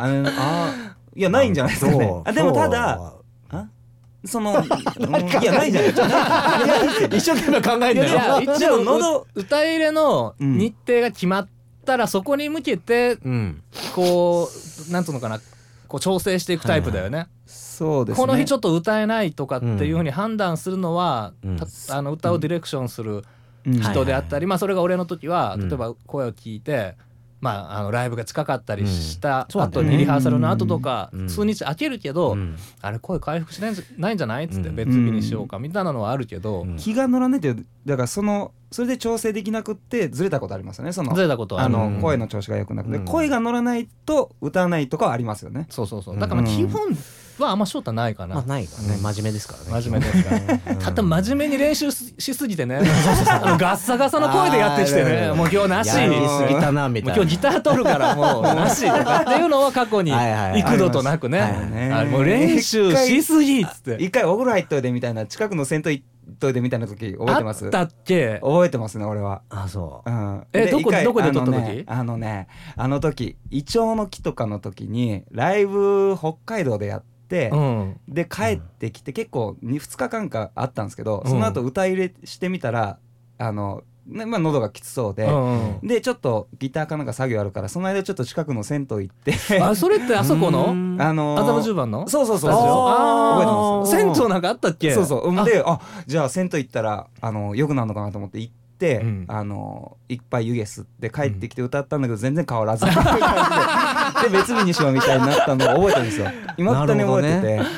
S1: あのあいやないんじゃないですかね
S3: そう
S1: あでもた
S3: そ
S1: だ
S3: う
S1: あそのうんいやないじゃないちょっとない
S3: 一生懸命考えて
S1: いや
S3: る
S1: い
S3: よ
S1: や一応喉
S2: 歌入れの
S1: うん
S2: 日程が決まったらそこに向けて
S3: うん
S2: こうなんつうのかなこう調整していくタイプだよね。
S1: そうですね
S2: この日ちょっと歌えないとかっていうふうに判断するのは、
S3: うん
S2: たあの歌をディレクションする
S1: うん
S3: はい
S2: 人であったり、まあそれが俺の時は、
S3: うん
S2: 例えば声を聞いて、まあ、あのライブが近かったりした
S3: うん
S2: 後
S3: そうだ
S2: に
S3: ね
S2: リハーサルの後とか、
S3: うん
S2: 数日空けるけ
S3: う
S2: ど、
S3: ん
S2: あれ声回復しないんじゃないんじゃないっつって
S3: うん
S2: 別日にしようかみたいなのはあるけど、
S3: うん
S1: 気が乗らないというだからそのそれで調整できなくってずれたことありますよねその
S2: ずれたことは
S1: あの、
S2: うん
S1: 声の調子が良くなくて、
S3: うん
S1: 声が乗らないと歌わないとかはありますよね
S2: そうそうそうだからまあ
S1: うん
S2: 基本はあんま翔太ないかな、
S3: まあないからね
S1: うん
S3: 真面目ですからね
S2: 真面目ですからね
S3: うん
S2: ただ真面目に練習ししすぎてねあのガッサガサの声でやってきてね
S3: あー
S2: もう今日なし
S3: や
S1: い
S3: りすぎたなみ
S2: も
S3: たい
S2: う今
S3: な
S2: 日ギター取るからもう なしとかっていうのは過去に
S3: はいはいはい
S2: 幾度となくね
S3: あります
S1: はい
S2: あもう練習しすぎっつって
S1: 一回お風呂入っといでみたいな近くの銭湯行っといでみたいな時覚えて
S2: あ
S1: ま
S2: っ
S1: す
S2: たっけ
S1: 覚えてますね俺は。
S3: あそう
S1: うん
S2: えどこ
S1: 一回
S2: どこで撮った時
S1: あのねあのねあの時イチョウの木とかの時にライブ北海道でやって、
S2: うん
S1: で帰ってきて結構 2, 2日間かあったんですけど、
S2: うん
S1: その後歌入れしてみたらあの、ねまあ、喉がきつそうで、
S2: うん
S1: でちょっとギターかなんか作業あるからその間ちょっと近くの銭湯行って
S2: あそれってあそこ
S3: う
S2: の
S3: ん
S1: あのー
S2: 麻布十番の
S1: そうそうそう
S2: スタジオ
S1: そ覚
S2: あー
S1: えてます
S2: 銭湯なんかあったっけ
S1: うそうそううんであじゃあ銭湯行ったらあの良くなるのかなと思って行って、
S2: うん
S1: あのいっぱい湯気吸って帰ってきて歌ったんだけど全然変わらずで別日にしようみたいになったのを覚えてるんですよ今ったに
S3: なるほど
S1: 覚
S3: ね
S1: えてて、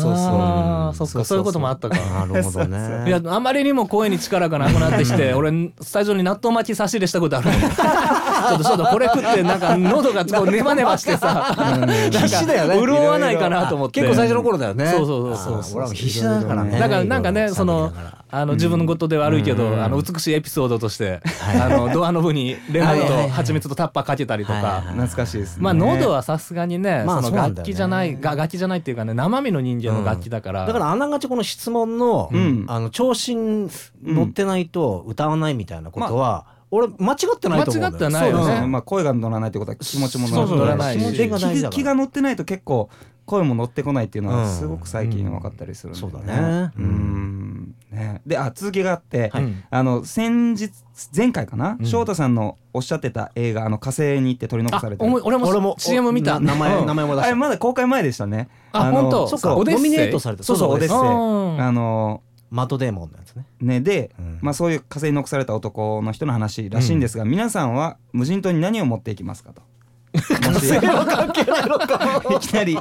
S1: そう
S2: あーそっかそういうこともあったか
S3: なるほどね
S2: いやあまりにも声に力がなくなってきて俺スタジオに納豆巻き差し入れしたことあるの ちょっとちょっとこれ食ってなんか喉がこうネバネバしてさ
S3: 必死だよね
S2: 潤わないかなと思って
S3: 結構最初の頃だよね
S2: そうそう
S3: あ
S2: そう
S3: ー
S1: そうそうそう
S3: 俺は必死だからね
S2: だからなんかねそのあの自分のことで悪いけど、
S3: うん
S2: あの美しいエピソードとして、
S3: はい
S2: あのドアノブにレモン
S3: はいはいはい
S2: と蜂蜜とタッパーかけたりとか、
S3: はいはいはい
S1: 懐かしいですね
S2: まあ喉はさすがにね、
S3: まあ
S2: そ
S3: そう
S2: の
S3: なんだよね
S2: 楽器じゃない、が楽器じゃないっていうかね生身の人間の楽器だから、
S3: だからあながちこの質問の,、
S1: うん
S3: あの調子に乗ってないと歌わないみたいなことは、俺間違ってないと思うんだよ
S2: 間違ってはないよね
S1: そうです
S2: う
S1: ね、
S2: ん
S1: まあ、声が乗らないってことは気持ちも
S3: そうそう
S1: 乗らない
S2: そうそう
S1: し気
S3: 気持ちが大事だ
S1: が
S3: から
S1: 気が乗ってないと結構声も乗ってこないっていうの
S3: う
S1: は
S3: ん
S1: すごく最近分かったりするんで、
S3: そうだね
S1: うんねであ続きがあって、
S2: うん
S1: あの先日前回かな、
S2: うん
S1: 翔太さんのおっしゃってた映画「あの火星に行って取り残
S2: あ
S1: されて
S2: おも
S1: る」
S2: 俺も
S3: 俺も
S2: CM 見た
S3: な名前
S2: うん
S3: 名前も出
S1: あ
S3: し
S1: れ
S3: た
S1: まだ公開前でしたね
S2: あ
S1: の
S2: 本当
S3: そっ
S1: そ
S3: か
S1: う
S2: オデッセイ
S3: ノミネートされた
S1: そうそう
S3: だ
S1: オデッセイ
S2: うん
S1: あの
S3: マットデーモンのやつね、
S1: ねで
S3: うん
S1: まあ、そういう火星に残された男の人の話らしいんですが、皆さんは無人島に何を持っていきますかと。火星は関係ないのかいきなり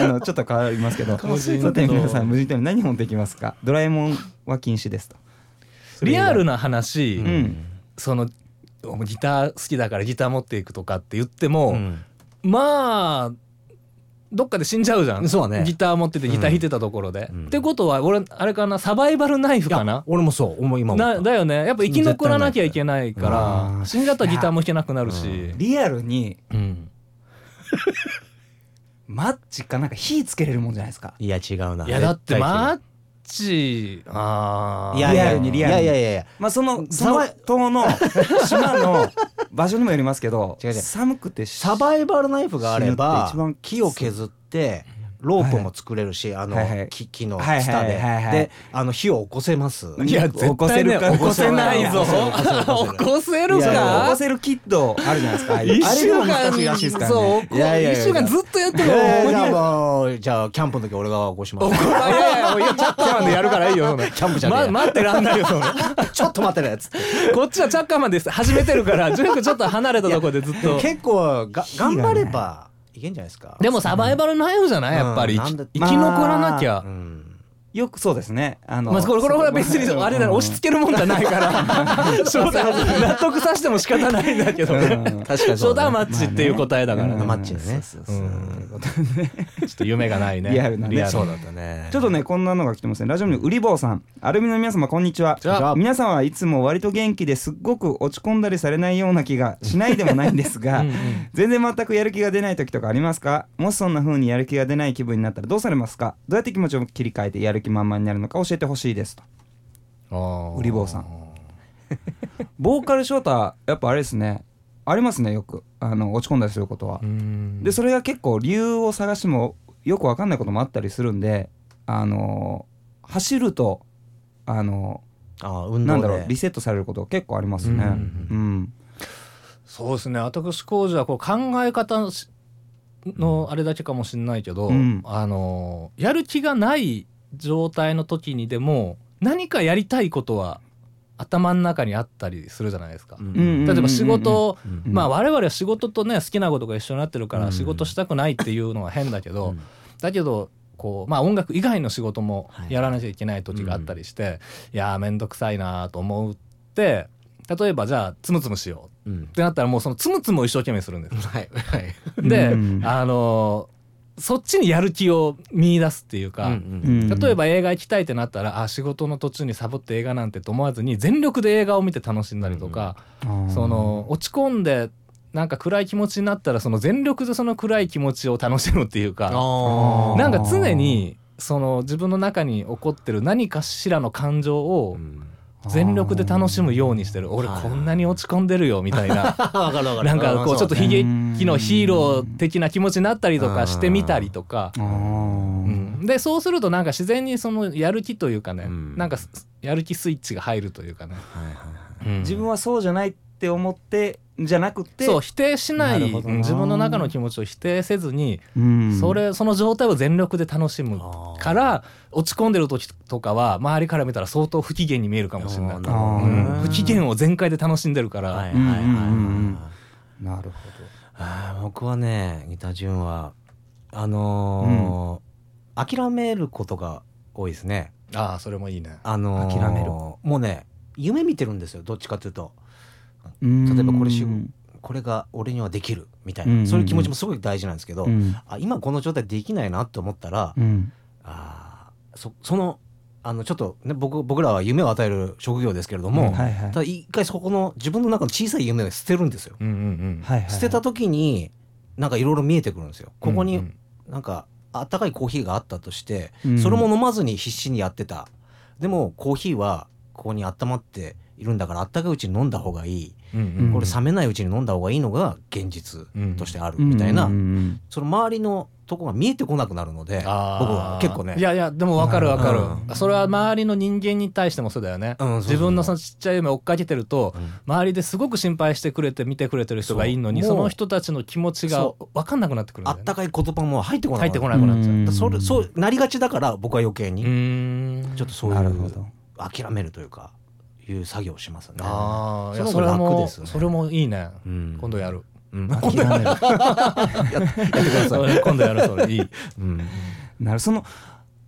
S1: あのちょっと変わりますけど
S2: 無人島
S1: さて皆さん無人島に何を持っていきますかドラえもんは禁止ですと。
S2: リアルな話、
S1: うん
S2: そのギター好きだからギター持っていくとかって言っても、
S3: うん
S2: まあどっかで死んじゃうじゃん
S3: そうね
S2: ギター持っててギター弾いてたところで、
S3: うん
S2: ってことは俺あれかなサバイバルナイフか
S3: いや
S2: な
S3: 俺もそう思う今思った
S2: なだよねやっぱ生き残らなきゃいけないか
S1: 絶対な
S2: ら
S1: い
S2: 死んじゃったらギターも弾けなくなるし、
S1: リアルに
S2: うん
S1: マッチかなんか火つけれるもんじゃないですか。
S3: いや違うない
S2: やだってマ
S3: マ
S2: ッチあー
S3: いやい
S1: リア
S3: や
S1: ルにリアルに
S3: いやいやいや
S1: まあそのそ
S3: サバ
S1: の島 の島の場所にもよりますけど
S3: 違う違う
S1: 寒くてし
S3: サバイバルナイフがあれば
S1: 死ぬって一番
S3: 木を削ってロープも作れるし、あの、
S1: はいはい
S3: 木木の下で、
S1: はいはいはいはい
S3: であの火を起こせます
S2: いや
S1: 起
S2: 絶
S1: こせ
S2: 対ね
S1: るか
S2: 起こせない
S3: 起こ
S2: ぞ
S3: せる起こせる
S2: 起こせる
S3: いやいや
S1: 起
S2: か
S1: こせるキットあるじゃないですか。ああいう
S2: 一
S1: あれ
S2: 週
S1: でも難しいらしいです
S2: 間
S1: からね。
S2: そう
S3: いやいやいやいや
S2: 一週間ずっとやって
S3: いやいやじゃあ
S2: も鬼
S3: もうじゃあキャンプの時俺が起こします
S2: いやいやもういやチャッカーマンでやるからいいよそん な
S3: キャンプじゃねえ
S2: ま待ってらんないよそ んな
S3: ちょっと待ってねっつって
S2: こっちはチャッカーマンです始めてるからジュンクちょっと離れたとこでずっと
S3: 結構が頑張れ
S1: 火
S3: ばいけんじゃないですか
S2: でもサバイバルナイフじゃないやっぱり
S3: うんなん
S2: 生
S3: だ
S2: き生き残らなきゃ
S3: うん
S1: よくそうですね。あの、
S2: まあ、これこれこれは別
S1: そ
S2: に
S1: こ
S2: あれだろ押し付けるもんじゃないから 翔太納得させても仕方ないんだけど
S1: うん
S2: ね
S3: 確かに
S2: 翔
S3: そう
S2: 太
S3: だ
S2: は
S3: ね
S2: マッチっていう答えだから
S1: まあ
S2: ね
S3: マッチね
S1: そうそうそう
S2: うん
S1: ということで
S2: ちょっと夢がないね
S1: リアルなね
S2: リアル
S3: そうだったね
S1: ちょっとねこんなのが来てますねラジオネームうりぼうさんアルミの皆様こんにちは
S2: こんにちは
S1: 皆さんはいつも割と元気ですっごく落ち込んだりされないような気がしないでもないんですが
S2: うんうん
S1: 全然全くやる気が出ない時とかありますかもしそんな風にやる気が出ない気分になったらどうされますかどうやって気持ちを切り替えてやる気満々になるのか教えてほしいですとうり坊さん ボーカル翔太やっぱあれですねありますねよくあの落ち込んだりすることは
S2: うん
S1: でそれが結構理由を探してもよく分かんないこともあったりするんであの走るとあの
S3: あ運
S1: なん
S3: 動
S1: だろう
S3: で
S1: リセットされること結構ありますね。
S2: う
S1: うんん、
S2: そうですね私工事はこう考え方のしのあれだけかもしれないけど、
S1: うん
S2: あのやる気がない状態の時にでも何かやりたいことは頭の中にあったりするじゃないですか。
S1: うん
S2: 例えば仕事、
S3: うん
S1: うん
S2: まあ我々は仕事とね好きなことが一緒になってるか
S3: う
S2: ら
S3: ん
S2: 仕事したくないっていうのは変だけど、
S3: うん
S2: だけどこうまあ音楽以外の仕事も
S3: はい
S2: やらなきゃいけない時があったりして、いやーめんどくさいなーと思って例えばじゃあつむつむしよう
S3: うん。
S2: ってなったらもうそのつむつむを一生懸命するんです
S3: はいはい
S2: で、
S1: うん
S2: あのーそっちにやる気を見出すっていうか。
S3: うん
S2: 例えば映画行きたいってなったらあ仕事の途中にサボって映画なんてと思わずに全力で映画を見て楽しんだりとか、その落ち込んでなんか暗い気持ちになったらその全力でその暗い気持ちを楽しむっていうか
S3: あー
S2: なんか常にその自分の中に起こってる何かしらの感情を
S3: うん
S2: 全力で楽しむようにしてる俺
S3: はい
S2: こんなに落ち込んでるよみたいな
S3: わかるわかる
S2: なんかこうちょっと
S3: そね
S2: 悲劇のヒーロー的な気持ちになったりとかしてみたりとか。
S1: あー
S2: うんでそうするとなんか自然にそのやる気というかね、
S3: うん
S2: なんかすやる気スイッチが入るというかね、
S3: はいはいはい
S1: 自分はそうじゃないって思ってじゃなくて
S2: そう否定しない
S1: なるほどな
S2: うん自分の中の気持ちを否定せずに、
S1: うん
S2: それその状態を全力で楽しむ
S3: あー
S2: から落ち込んでる時とかは周りから見たら相当不機嫌に見えるかもしれない
S3: あー、
S1: るほど
S2: う
S1: ね
S2: ん不機嫌を全開で楽しんでるから、
S3: はいはい
S1: うんうん
S3: はい
S1: うんう
S3: は
S1: ん
S3: い
S1: なるほ
S3: あー僕はねギタージュンはあのー諦めることが多いですね
S2: ああそれもいいね
S3: あのー
S1: 諦める
S3: もうね夢見てるんですよどっちかというと
S1: ど
S3: 例えばこれし
S1: うん
S3: これが俺にはできるみたい
S1: うんうんう
S3: なんそういう気持ちもすごい大事なんですけど、
S1: うん
S3: あ今この状態できないなと思ったら、
S1: うん
S3: あーそそのあのちょっと、ね、僕僕らは夢を与える職業ですけれども、
S1: うんはいはい
S3: ただ一回そこの自分の中の小さい夢を捨てるんですよ。
S2: うんうん
S1: はいはい
S3: 捨てた時になんかいろいろ見えてくるんですよ。ここ
S2: う
S3: に
S2: ん
S3: なんかあったかいコーヒーがあったとして、
S1: うん
S3: それも飲まずに必死にやってたでもコーヒーはここに温まっているんだからあったかいうちに飲んだ方がいい、
S2: うんう
S1: う
S2: ん
S1: ん
S3: これ冷めないうちに飲んだ方がいいのが現実としてある
S1: うん
S3: みたいな、
S1: うんうん
S3: その周りのとこが見えてこなくなるので僕
S2: あー
S3: は結構ね
S2: いやいやでも分かる分かる、
S3: う
S2: それは周りの人間に対してもそうだよね、
S3: うんそうそう
S2: 自分のそのちっちゃい夢追っかけてると、
S3: うん
S2: 周りですごく心配してくれて見てくれてる人がいるのに
S3: そう
S2: そ
S3: もう
S2: の人たちの気持ちが
S3: そ
S2: 分かんなくなってくるん
S3: あ
S2: だよ
S3: っ
S2: ね
S3: たかい言葉も入ってこなく
S2: 入ってこなくなっちゃう
S1: う
S2: うん
S3: それそうなりがちだから僕は余計に、
S2: ーん
S3: ちょっとそうい
S1: なるほ
S3: う
S1: ど
S3: 諦めるというかいう作業をしますね。
S2: ああいや
S3: そ
S2: そ
S3: れ
S2: れ
S3: の方が楽
S2: も
S3: ですよね
S2: それもいいね、
S3: うん
S2: 今度やる
S3: うん
S1: 諦 める
S3: やってください。
S2: 今度やるそれいい
S3: うん、
S1: なるその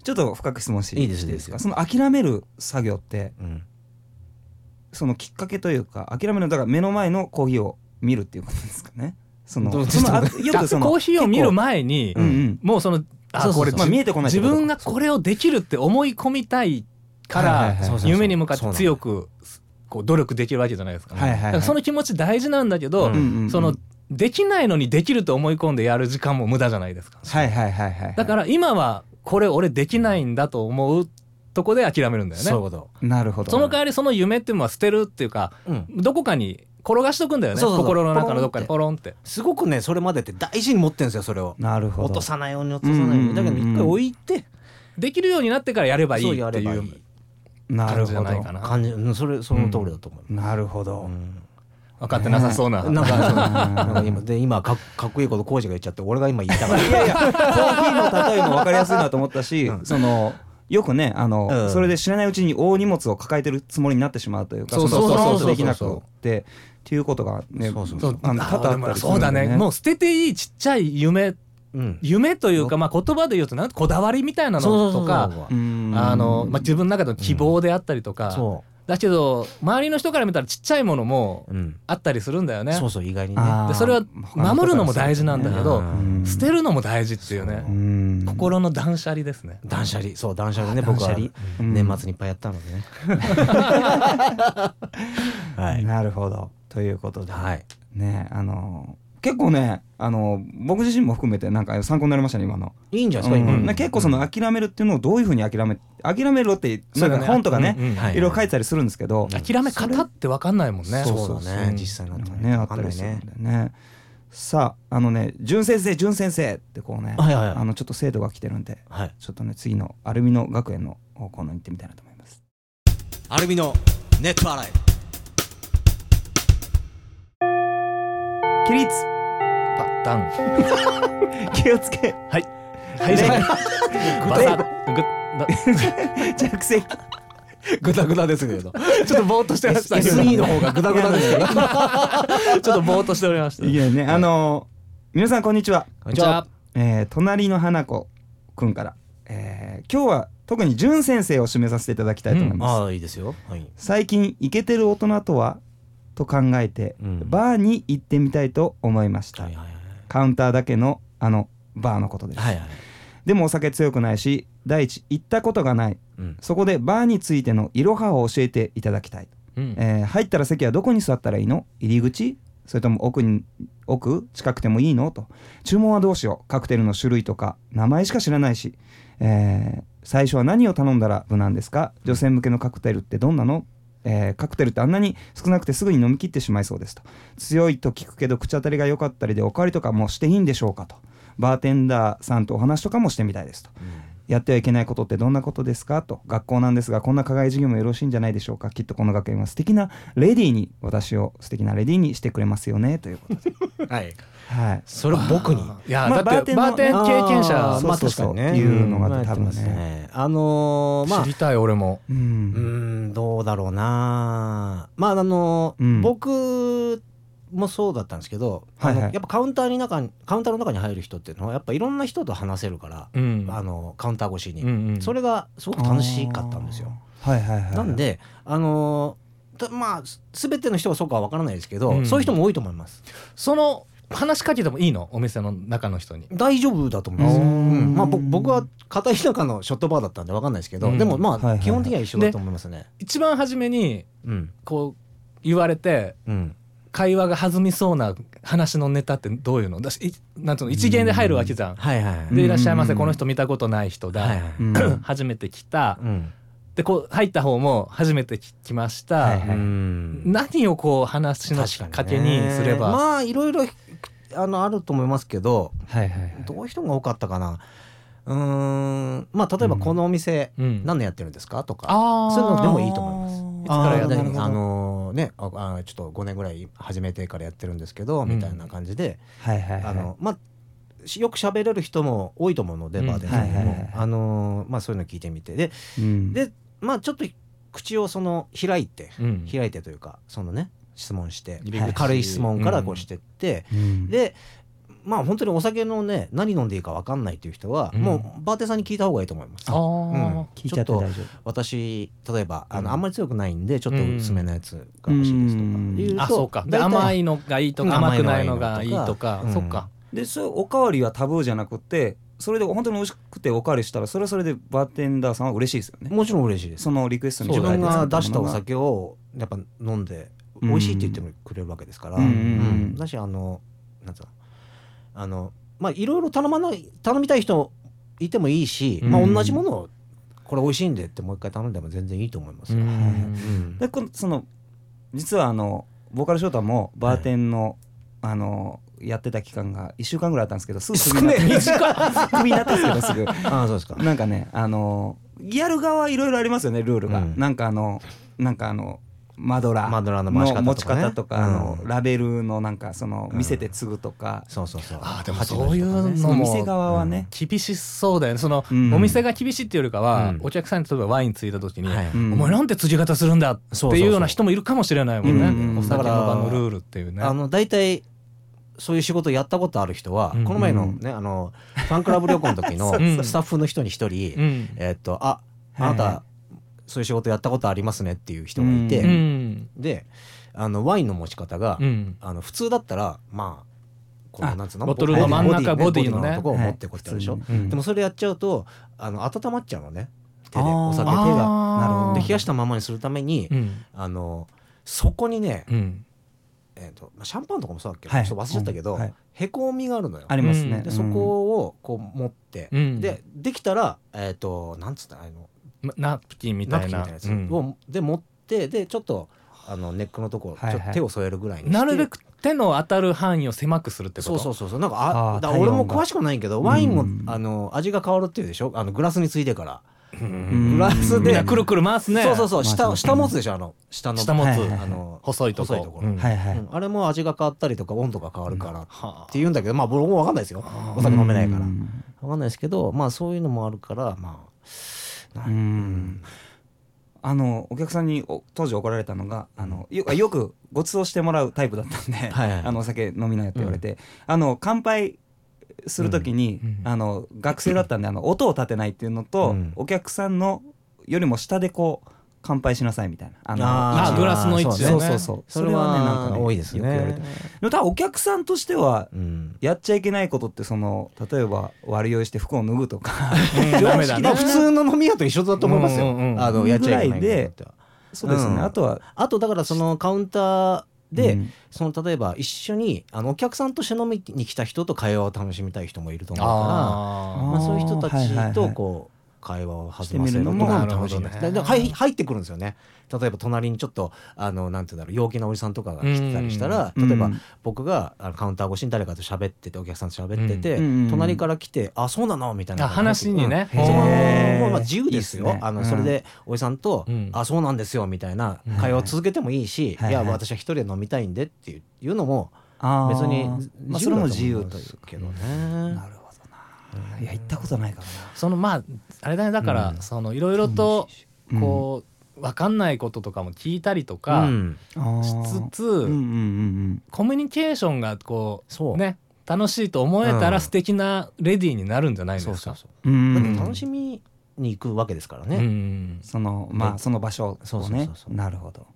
S1: ちょっと深く質問してい
S3: い
S1: い
S3: いです
S1: い
S3: いい
S1: で
S3: ですす
S1: かその諦める作業って
S3: うん、
S1: そのきっかけというか諦めるのだから目の前のコーヒーを見るっていうことですかねその
S3: どう
S1: そのあ
S3: ど
S1: よくその
S2: コーヒーを見る
S1: 結
S2: 前に、
S1: 構うんうん
S2: もうそのあ
S3: そうそうそう
S2: これ、
S1: まあ見えてこないって
S2: 自
S1: ことか
S2: 分がこれをできるって思い込みたいか
S1: はいはいは
S2: ら
S1: いそう
S3: そうそう
S2: 夢に向かって強くこう努力できるわけじゃないですか。
S1: はいはいはい
S2: だからその気持ち大事なんだけ
S3: う
S2: ど、
S3: ん
S2: そのできないのにできると思い込んでやる時間も無駄じゃないですか。
S1: はいはいはいはい
S2: だからら今はこれ俺できないんだと思うとこで諦めるんだよね。
S3: そういうこと。
S1: なるほど
S2: その代わりその夢っていうのは捨てるっていうか
S3: うん、
S2: どこかに転がしとくんだよね
S3: そうそうそう
S2: 心の中のどっかにポロンって。
S3: すごくねそれまでって大事に持ってるんですよそれを。
S1: なるほど
S3: 落とさないように落とさないよう
S1: うん
S3: にだけど一回置いて、
S2: できるようになってからやればいい
S3: そう
S2: っ
S3: や
S2: て
S3: れば
S2: い
S3: いうい
S1: なる
S2: 感じじゃ
S1: ほ
S2: ない
S1: ど
S2: かな。
S3: 感じうんそれその通りだと思います。
S1: なるほど、
S3: うん
S2: 分かってなさそうな。
S3: なんかそうなんか今で今かっかっこいいことコージが言っちゃって俺が今言いたかっ
S1: いやいやコーヒーの例えも分かりやすいなと思ったし、そのよくねあの、
S3: うん
S1: それで知らないうちに大荷物を抱えてるつもりになってしまうというか
S2: そうそうそう
S1: の
S2: そうそうそう
S1: のできなくってっていうことがね
S3: そうそう
S2: そう
S1: あの
S2: あ
S1: 多々あったりする
S2: そ
S1: ん
S2: うだねも
S1: う
S2: う捨てていいちっちゃい夢
S3: た。うん。
S2: 夢というか、まあ、言葉で言うとなんかこだわりみたいなのとか
S3: そう
S1: うん
S2: あの、まあ、自分の中の希望であったりとか、
S3: そ
S2: だけど周りの人から見たらちっちゃいものも
S3: う。うん。
S2: あったりするんだよね
S3: そうそう意外にね。
S1: あー
S2: でそれは守るのも大事なんだけ
S3: 他
S2: ど、
S3: の人からするとね
S1: うん
S2: 捨てるのも大事っていうね
S1: う、ん
S2: 心の断捨離ですね。
S3: 断捨離そう断捨離ね僕は
S1: 断捨離うん
S3: 年末にいっぱいやったの でね。はい
S1: なるほどということで、
S3: はい。
S1: ねあの結構ねあの僕自身も含めてなんか参考になりましたね今の
S3: いいんじゃないですか
S1: うん
S3: 今の。
S1: 結構その諦めるっていうのをどういうふうに諦め諦めろってなんか本とかね
S2: うんうん
S3: はい
S1: いろいろ書いてたりするんですけど、
S2: 諦め方って分かんないもんね。
S3: そうだ
S1: そうそう
S3: ね実際になって
S1: なん
S3: み
S1: か
S3: ない
S1: ね
S3: と
S1: あ
S3: わ
S1: っ
S3: か
S1: た
S3: んな
S1: り
S3: い
S1: するん
S3: ね
S1: でねさああのね「淳先生淳先生」ってこうね、
S3: はいはいはい
S1: あのちょっと生徒が来てるんで
S3: はい
S1: ちょっとね次のアルミの学園の方向に行ってみたいなと思います
S5: アルミのネット洗い
S1: 起立
S2: パタン
S1: 気をつけ
S2: はいはいじゃあバサッグッ
S1: 着席
S3: グダグダですけ れど
S2: だちょっとぼーっとしてましたけど
S3: SE の方がグダグダ ですけど
S2: ちょっとぼーっとしておりました
S1: いきなりねあのー皆さんこんにちは
S2: こんにちは
S1: えー隣の花子くんから、えー今日は特に淳先生を締めさせていただきたいと思います、
S3: ああいいですよはい
S1: 最近イケてる大人とはと考えて、
S3: うん
S1: バーに行ってみたいと思いました、
S3: はいはいはい
S1: カウンターだけのあのバーのことです、
S3: はいはい
S1: でもお酒強くないし第一行ったことがない
S3: うん
S1: そこでバーについてのいろはを教えていただきたい、
S2: うん
S1: えー入ったら席はどこに座ったらいいの入り口それとも奥に奥近くてもいいのと注文はどうしようカクテルの種類とか名前しか知らないし、えー最初は何を頼んだら無難ですか女性向けのカクテルってどんなの、えーカクテルってあんなに少なくてすぐに飲み切ってしまいそうですと強いと聞くけど口当たりが良かったりでおかわりとかもしていいんでしょうかとバーテンダーさんとお話とかもしてみたいですとやってはいけないことってどんなことですかと学校なんですがこんな課外授業もよろしいんじゃないでしょうかきっとこの学園は素敵なレディーに私を素敵なレディーにしてくれますよねということで、
S3: はい
S1: はい、
S3: それ僕に
S2: いや、
S1: まあ
S2: だって
S1: バ
S2: バー
S1: ー
S2: テ
S1: テ
S2: ン
S1: ン
S3: の
S2: 経験者
S1: あー
S3: まあ
S1: そ
S3: 確
S1: うそ
S3: か
S1: う
S3: にね
S1: そういうのが
S3: んまあ
S1: 多分ね
S3: やってますあのーまあ
S2: 知りたい俺も
S1: う
S3: うんーんどうだろうなまああのー
S1: うん
S3: 僕もそうだったんですけど、
S1: はいはい
S3: あのやっぱカウンターに中にカウンターの中に入る人っていうのはやっぱいろんな人と話せるから、
S2: うん
S3: あのカウンター越しに、
S2: うんうん
S3: それがすごく楽しかったんですよ。
S1: はいはいはい
S3: なんであのーたまあす全ての人がそうかは分からないですけど、
S2: うん
S3: そういう人も多いと思います
S2: その話しかけてもいいのお店の中の人に
S3: 大丈夫だと思います、
S1: う
S3: うんんまあ、ぼ僕は片田舎のショットバーだったんで分かんないですけど、
S2: うん
S3: でもまあ、
S1: はいはい
S3: 基本的には一緒だと思いますね。
S2: 一番初めに
S3: うん
S2: こう言われて
S3: うん、
S2: 会話が弾みそうな話のネタってどういうのだしいなんつうの一元で入るわけじゃん。
S3: はいはいはい
S2: で「いらっしゃいませ
S1: うん
S2: この人見たことない人だ」
S3: はいはい
S1: うん
S2: 初めて来た
S3: うん
S2: でこう入った方も初めてき来ました、
S1: はいは
S3: う
S1: い
S3: ん
S2: 何をこう話のきっかけにすれば、
S3: まあいろいろあのあると思いますけど
S1: はいはいはい
S3: どういう人が多かったかなうーんまあ例えばこのお店、
S2: うん
S3: 何年やってるんですかとか
S2: あー
S3: そういうのでもいいと思います
S2: いつ
S3: あ
S2: からや
S3: ー
S2: って
S3: で
S1: なる
S2: る
S1: ほど
S3: あのねああちょっと5年ぐらい始めてからやってるんですけど、
S2: うん
S3: みたいな感じで、
S1: はいはい
S3: あ
S1: は
S3: のまあしよく喋れる人も多いと思うので
S2: うん
S3: バーテンさんでも、
S1: はいはいはい
S3: あのまあそういうの聞いてみてで
S1: いうん
S3: でまあちょっと口をその開いて
S2: うん
S3: 開いてというかそのね質問して
S2: 入り口
S3: で軽い質問からこうしてって、
S1: うん
S3: でまあ本当にお酒のね何飲んでいいか分かんないという人は、
S2: うん
S3: もうバーテンさんに聞いた方がいいと思います。
S2: あー
S1: 聞いちゃって大丈夫
S3: 私例えばあの、
S2: うん
S3: あんまり強くないんでちょっと薄めのやつが欲しいですとか
S1: うん
S3: 言うと
S2: あそうかで
S3: 大体
S2: 甘いのがいいとか
S3: うん
S2: 甘くないのがいいとか、
S3: うん
S2: そっか
S1: でそれおかわりはタブーじゃなくてそれで本当に美味しくておかわりしたらそれはそれでバーテンダーさんは嬉しいですよね
S3: もちろん嬉しいです
S1: そのリクエストに
S3: 自
S1: 応えて
S3: 分が出したお
S1: 作っ
S3: 酒をやっぱ飲んで
S1: うん
S3: 美味しいって言ってもくれるわけですから、
S1: うんうんうん
S3: だしあのなんつうのあのまあいろいろ頼まない頼みたい人いてもいいし、まあ
S1: うん
S3: 同じものをこれ美味しいんでってもう一回頼んでも全然いいと思います
S2: う
S3: よ。
S2: ん
S3: うん
S1: でこのその実はあのボーカルショータもバーテンの、あのやってた期間が1週間ぐらいあったんですけどすぐクビになったクビになったんですけどす
S3: ああそうですか
S1: ぐ。 なんかねあのやる側いろいろありますよねルールが、
S3: うん
S1: なんかあのなんかあのマドラー
S3: マドラーの回し方とかね
S1: 持ち方とか、あの
S3: うん
S1: ラベルのなんかその
S3: うん
S1: 見せて継ぐとか、
S3: そうそうそう。
S2: あーでも
S3: 八
S2: そう
S3: 割
S2: い
S3: とか
S2: う
S3: ね
S1: そ
S2: の
S1: の店
S2: も
S1: 側はね、
S2: 厳しそうだよねその、
S1: うん
S2: お店が厳しいっていうよりか
S3: う
S2: は、
S3: ん
S2: お客さんに例えばワインついた時に、
S3: はい
S1: うん
S2: お前なんて辻型するんだって
S3: そうそう
S2: い
S3: そうう
S2: ような人もいるかもしれないもんね、
S1: うん
S2: お酒の場のルールっていうね
S3: あの大体そういう仕事やったことある人は、
S2: うん
S3: この前のねあのファンクラブ旅行の時の
S2: そうそう
S3: スタッフの人に一人、
S2: うん
S3: えーっと「ああ
S1: は
S3: な
S1: い
S3: たそういう仕事やったことありますね」っていう人がいて、
S2: うん
S3: であのワインの持ち方が、
S2: うん
S3: あの普通だったらまあこ
S1: あ
S3: のなんつうの
S2: ボトルの真ん中ボディのね
S3: とこを持ってこうやってやるでしょ、
S1: はい普通
S2: う
S1: に
S2: ん
S3: でもそれやっちゃうとあの温まっちゃうのね手で
S1: あー
S3: お酒手が。
S2: あー
S1: なるほど
S3: で冷やしたままにするために、
S2: うん
S3: あのそこにね、
S2: うん
S3: えーっとまあシャンパンとかもそうだっけ、
S1: はい
S3: ちょっと忘れちゃったけど、
S1: うんはい
S3: へこみがあるのよ。
S1: ありますね、
S2: うん
S3: でそこをこう持って、
S2: うん
S3: でできたらえーっ、となんつったらあの
S2: まナプキンみ
S3: ナ
S2: た
S3: プ
S2: い
S3: キン
S2: な
S3: みたいなやつを、で持ってでちょっとあのネックのとこ
S1: はいはい
S3: ちょっと手を添えるぐらいにして
S2: なるべく手の当たる範囲を狭くするってこと
S3: そうそうそうそうなんか
S1: あ
S3: あ
S1: ー
S3: だ
S1: 体温
S3: 俺
S1: が
S3: も詳しくはないけどワインも
S1: うん
S3: あの味が変わるっていうでしょあのグラスについてから
S1: うん
S3: グラス
S2: みん
S3: で
S2: なくるくる回すね
S3: そうそうそう
S1: 回しま
S3: 下
S1: す
S3: 下持つでしょあの下の
S2: 下持つ
S3: はいはいはいあの
S2: 細いとこ
S3: 細いとこ
S2: う
S3: ろ
S2: ん
S1: はいはい、
S3: うんあれも味が変わったりとか温度が変わるからっ
S2: はあ
S3: て言うんだけどまあ僕も分かんないですよお酒飲めないから分かんないですけどまあそういうのもあるからま
S1: うんうんあのお客さんにお当時怒られたのがあのよよくご馳走してもらうタイプだったんで、
S3: はいはい
S1: あのお酒飲みなよって言われて、あの乾杯するときに、
S2: うん
S1: あの学生だったんであの音を立てないっていうのと、
S3: うん
S1: お客さんのよりも下でこう乾杯しなさいみたいなあの
S3: あ
S1: 位
S2: あ
S1: 置
S2: グラスの位
S1: そ
S2: 置
S1: う
S2: ね
S1: そうそうそう
S3: それは
S1: ね
S3: 多いです
S1: よく言われ
S3: ね
S1: てでも多分お客さんとしては
S3: うん
S1: やっちゃいけないことってその例えば割り酔いして服を脱ぐとか
S2: うんダメだ
S3: い
S2: ね
S3: や普通の飲み屋と一緒だと思います
S2: うんうんう
S3: よ
S2: ん
S3: あのやっちゃいけない
S1: ぐらいで
S3: ことって
S1: そうですね、
S3: うん
S1: あとは
S3: あとだからそのカウンターで、
S1: うん
S3: その例えば一緒にあのお客さんとして飲みに来た人と会話を楽しみたい人もいると思うから
S1: ー
S2: あ
S3: まあ、そういう人た
S1: あーはいはいは
S3: ち
S1: い
S3: とこう会話を弾ませるの
S1: してみるの
S3: も
S1: も
S3: 楽しいです
S2: なるほどね
S3: だから入入ってくるんですよね例えば隣にちょっとあのなんていうんだろう陽気なおじさんとかが来てたりしたら、
S1: うん
S3: 例え
S1: う
S3: ば
S1: ん
S3: 僕があのカウンター越しに誰かと喋っててお客さんと喋ってて、
S1: うんうん
S3: 隣から来て「あそうなの?」みたいな
S2: あ話にね
S3: うんそこ
S1: へー
S3: もまあ自由ですよ
S1: いいっすね
S3: あの、
S1: うん
S3: それでおじさんと「
S2: うん
S3: あそうなんですよ」みたいな会話を続けてもいいし「
S1: はい
S3: い
S1: は
S3: や
S1: い
S3: 私は一人で飲みたいんで」っていういうのも
S1: あー
S3: 別に
S1: まあ、それも自由という
S3: けどね
S1: なるほどないや行ったことないからな
S2: そのまああれだねだから、そのいろいろと
S1: うん
S2: こう分かんないこととかも聞いたりと
S3: う
S2: か
S3: ん
S1: あー
S2: しつつ、
S1: うんうんうん
S2: コミュニケーションがこ
S3: そうう
S2: ね楽しいと思えた
S3: う
S2: ら
S3: ん
S2: 素敵なレディーになるんじゃないです
S3: そ
S2: か。
S3: うそうそう
S1: うんう
S3: だっ
S1: んう
S3: て
S1: ん
S3: 楽しみに行くわけですから
S2: う
S3: ね
S2: ん
S1: そのまあ
S3: ね
S1: その場所をね
S3: そうそうそうそう
S1: なるほど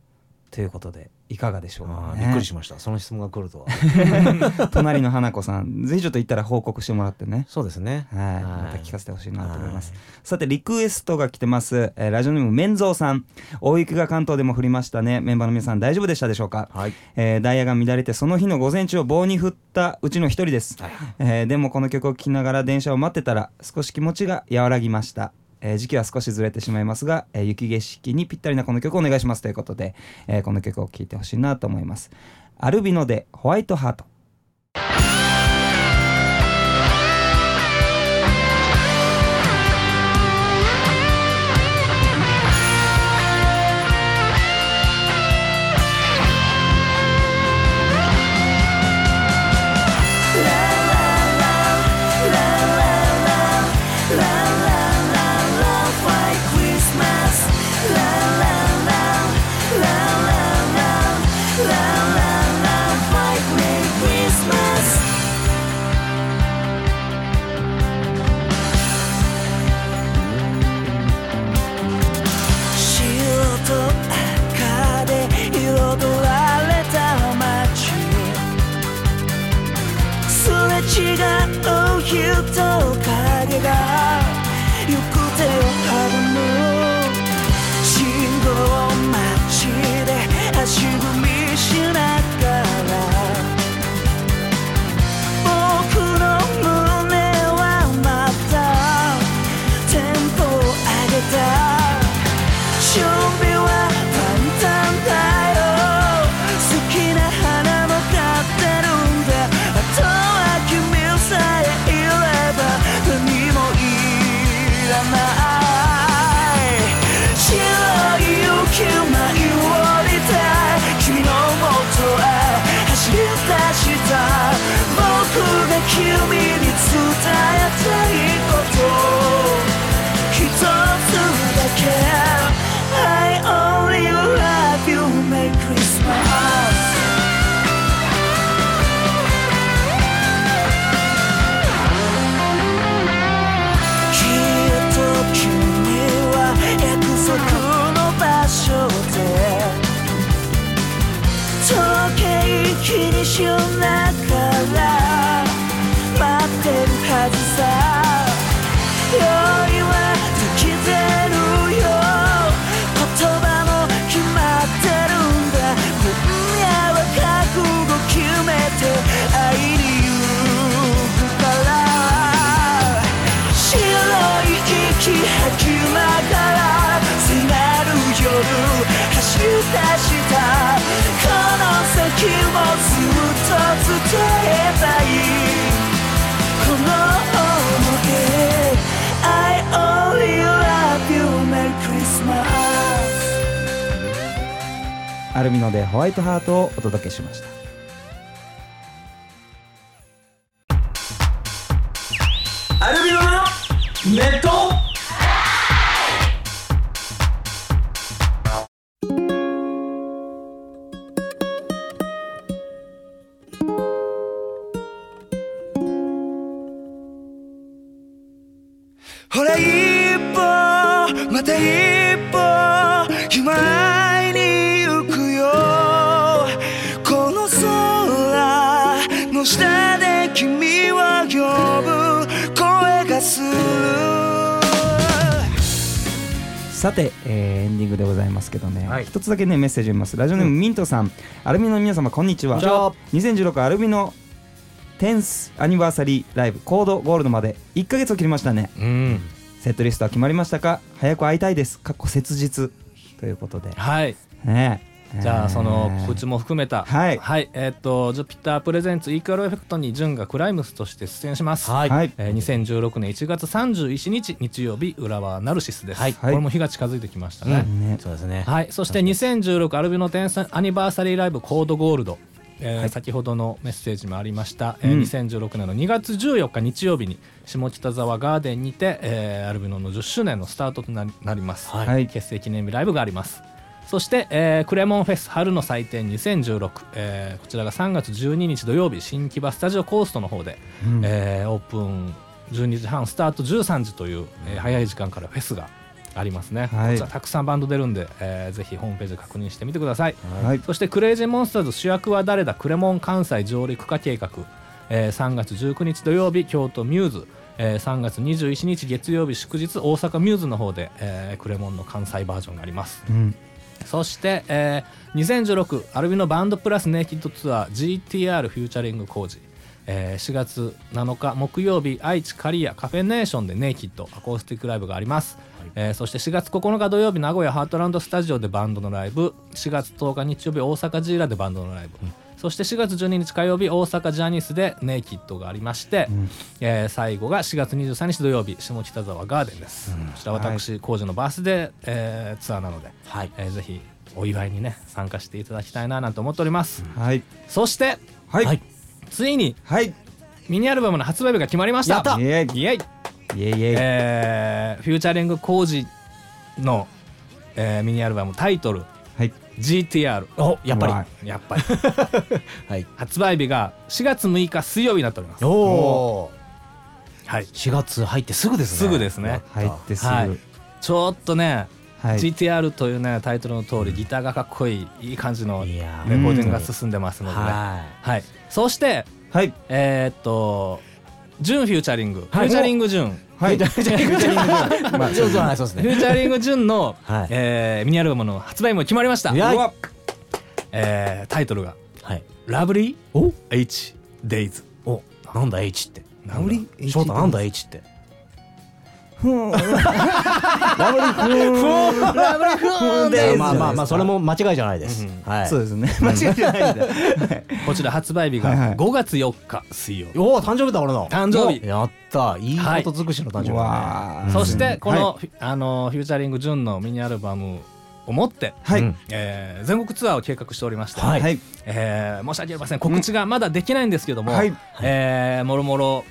S1: ということでいかがでしょう
S3: あ
S1: か、
S3: ー
S1: ね、
S3: びっくりしましたその質問が来ると は
S1: 隣の花子さんぜひちょっと行ったら報告してもらってね
S3: そうですね
S1: はい、
S3: い
S1: また聞かせてほしいなと思います。さてリクエストが来てます、えーラジオネームメンゾーさん大雪が関東でも降りましたねメンバーの皆さん大丈夫でしたでしょうか、
S3: はい
S1: えーダイヤが乱れてその日の午前中を棒に振ったうちの一人です、えーでもこの曲を聴きながら電車を待ってたら少し気持ちが和らぎました、えー時期は少しずれてしまいますが、えー雪景色にぴったりなこの曲をお願いしますということで、えーこの曲を聴いてほしいなと思いますアルビノでホワイトハート
S6: 白と赤で彩られた街すれ違う人と影が行く手を阻む信号待ちで足踏みしながら僕の胸はまたテンポを上げた準備は簡単だよ好きな花も買ってるんだあとは君さえいれば何もいらない白い雪舞い降りたい君のもとへ走り出した僕が君に伝えたいこと一つだけ I only love you Merry Christmas きっと君は約束の場所で時計気にしながら待ってるはずさ酔いは尽きてるよ
S1: アルミノでホワイトハートをお届けしました
S4: アルビノのネット
S6: ほら一歩また一歩前に行くよこの空の下で君は呼ぶ声がする
S1: さて、えーエンディングでございますけどね、
S2: はい
S1: 一つだけねメッセージ読みますラジオネーム、ミントさんアルミの皆様こんにちは
S3: こんにちは
S1: 2016アルミのテンスアニバーサリーライブコードゴールドまで1ヶ月を切りましたね
S2: うん
S1: セットリストは決まりましたか早く会いたいですかっこ切実ということで
S2: はい
S1: ね
S2: じゃ
S1: え
S2: あ
S1: ー
S2: その告知も含めた
S1: はい
S2: えーっとジュピタープレゼンツイークアルエフェクトにジュンがクライムスとして出演します
S1: はい、はい
S2: えー2016年1月31日日曜日浦和ナルシスです、
S1: はい
S2: これも日が近づいてきましたね、
S1: ね
S3: そうですね
S2: はい、そして2016アルビノテンスアニバーサリーライブコードゴールド、えー
S1: はい
S2: 先ほどのメッセージもありました、えー
S1: うん
S2: 2016年の2月14日日曜日に下北沢ガーデンにて、えーアルビノの10周年のスタートとなりなります、
S3: はい
S1: はい
S2: 結成記念日ライブがありますそして、えークレモンフェス春の祭典2016、えーこちらが3月12日土曜日新木場スタジオコーストの方で、
S1: うん
S2: えーオープン12時半スタート13時という、えー早い時間からフェスがありますね、
S1: はい
S2: こちらたくさんバンド出るんで、えーぜひホームページで確認してみてください、
S1: はい
S2: そしてクレイジーモンスターズ主役は誰だクレモン関西上陸化計画、えー3月19日土曜日京都ミューズ、えー3月21日月曜日祝日大阪ミューズの方で、えークレモンの関西バージョンがあります
S1: うん
S2: そして、えー2016アルビノバンドプラスネイキッドツアー GTR フューチャリング工事、えー4月7日木曜日愛知カリアカフェネーションでネイキッドアコースティックライブがあります、えーそして4月9日土曜日名古屋ハートランドスタジオでバンドのライブ4月10日日曜日大阪ジーラでバンドのライブ、そして4月12日火曜日大阪ジャニスでネイキッドがありまして、えー最後が4月23日土曜日下北沢ガーデンです、こちら私工事のバースデー、えーツアーなので、
S3: はい
S2: えーぜひお祝いにね参加していただきたいななんて思っております、
S1: はい
S2: そして
S1: はいはい
S2: ついに
S1: はい
S2: ミニアルバムの発売日が決まりました
S3: やった
S1: イエイ
S2: イエイ
S1: イエイイエイ
S2: えーフューチャリング工事の、えーミニアルバムタイトル
S1: はい
S2: GTR
S3: おやっ
S1: う
S3: ぱ
S1: ま
S2: やっぱり
S3: りはい
S2: 発売日が4月6日水曜日になっております
S3: おお
S2: はい
S3: 4月入ってすぐですね
S2: すぐですね
S1: 入ってすぐ
S2: はいちょっとね、
S1: はい
S2: GTR というねタイトルの通りギターがかっこいいいい感じの
S3: い
S2: レ
S3: や
S2: コ
S3: ー
S2: ーディングが進んでますのでね、
S3: は
S2: はい、そして
S1: はい
S2: えーっとジュンフューチャリング、
S3: はい
S2: フューチャリングジュン
S1: はい
S3: い まあそうそうはいそうです
S2: フュ
S3: ね
S2: ーチャリングジュンの、
S3: はい
S2: えーミニアルバムの発売も決まりました
S3: いや
S1: うわ
S2: えータイトルが
S3: はい
S2: 「ラブリー
S3: お
S2: H Days
S3: おなんだ H って
S2: ラブリ
S3: 翔太なんだ H って
S1: ラブリフーン
S3: いや
S1: です
S3: まあまあまあそれも間違いじゃないです
S2: うん
S3: はい
S1: そうですね間違いないんだ」
S2: こちら発売日
S1: はいは
S2: が
S1: い
S2: 5月4日水曜日
S3: おお誕生日だ俺の
S2: 誕生日
S3: やったいいこと尽くしの誕生日だね
S1: わあ
S2: そしてこの、
S1: は
S2: あのフューチャリングジュンのミニアルバムをもって、
S1: はい
S3: うん
S2: えー全国ツアーを計画しておりまして、
S1: いはい
S2: えー申し訳ありません告知がまだできないんですけども、
S1: はい
S2: えーもろもろ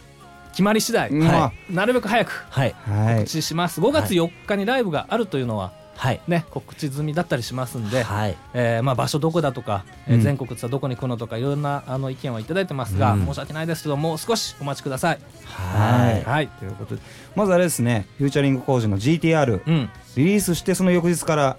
S2: 決まり次第、
S1: うん
S2: はいなるべく早く
S3: はい
S1: は
S2: 告
S1: い
S2: 知します、5月4日にライブがあるというのは
S3: はい
S2: ね告知済みだったりしますんで、
S3: はい
S2: えーまあ、場所どこだとか、えー
S1: うん
S2: 全国ツアーどこに来るのとかいろんなあの意見はいただいてますが、
S3: うん
S2: 申し訳ないですけどもう少しお待ちください。
S3: はい
S2: はい
S1: ということでまずあれですねフューチャリング工事の GTR
S2: うん、
S1: リリースしてその翌日から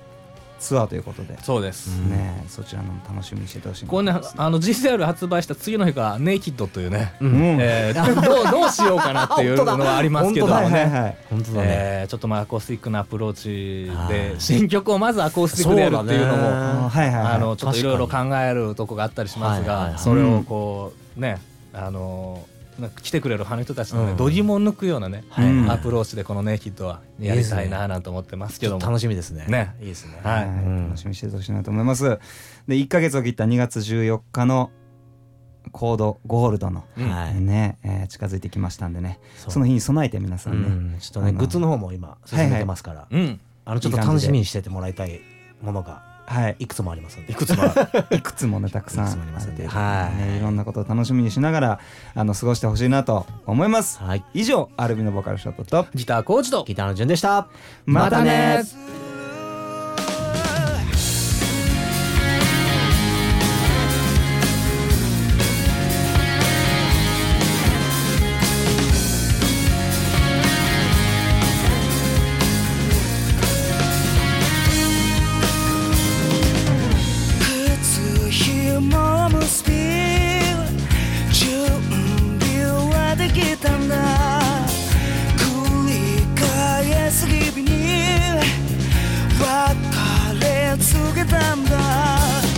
S1: ツアーということで
S2: そうです、
S1: ねえそちらのも楽しみにしててほしいな
S2: こうねあの GCR 発売した次の日がネイキッドというね、
S1: うんはい
S2: えーどう どうしようかなっていうのはありますけど
S3: 本当だ本
S1: はい
S3: 当だ
S1: はい
S3: 本当だね
S2: えーちょっとまあアコースティックなアプローチ
S3: は
S2: で
S3: い
S2: 新曲をまずアコースティックでやるっていうの
S3: そう
S2: も
S3: だね
S1: あはいはいはい
S2: あのちょっといろいろ考えるとこがあったりします
S3: はいはいは
S2: が
S3: い
S2: それをこうねあのなんか来てくれる派の人たちの
S3: う
S2: ね
S3: ん
S2: 度肝を抜くようなね
S1: い
S2: アプローチでこのネイキッドはやりたいななんて思ってますけ
S3: ちょ
S2: ど
S3: っと
S2: も
S3: 楽しみですね
S2: ね
S3: いいですね
S2: は
S1: は
S2: い
S1: い
S3: うん
S1: 楽しみにしててほしいなと思いますで1か月を切った2月14日のコードゴールドの、
S2: うん
S3: はい
S1: ねえー近づいてきましたんでね
S3: そ
S1: そうの日に備えて皆さ
S3: うん
S1: ね、
S3: んちょっとねグッズの方も今進めてますから
S2: うん
S3: あのちょっと楽しみにしててもらいたいものが
S1: はい
S3: いくつもありますんで
S2: いくつもある
S1: いくつもねたくさん
S3: いくつもありますんで
S1: あるとうことでね
S3: はい
S1: いろんなことを楽しみにしながらあの過ごしてほしいなと思います、
S3: はい
S1: 以上アルビのボーカルショットと
S2: ギターコーチと
S3: ギターの順でした
S1: またね
S6: 靴ひも結び準備はできたんだ繰り返す日々に別れ告げたんだ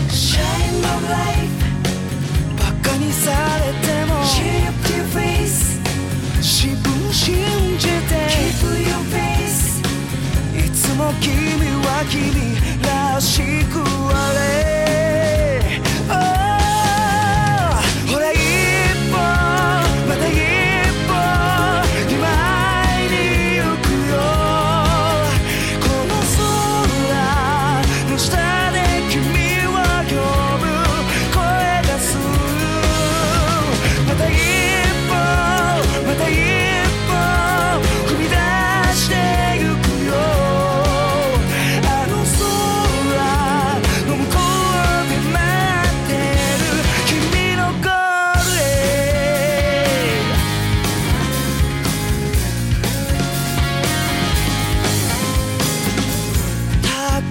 S6: Shine my life バカにされても Keep your face 自分信じて Keep your face いつも君は君らしくあれ Oh ほら一歩また一歩今会いに行くよこの空の下で君を呼ぶ声がするまた一歩また一歩踏み出してゆくよあの空の向こうで待ってる君の声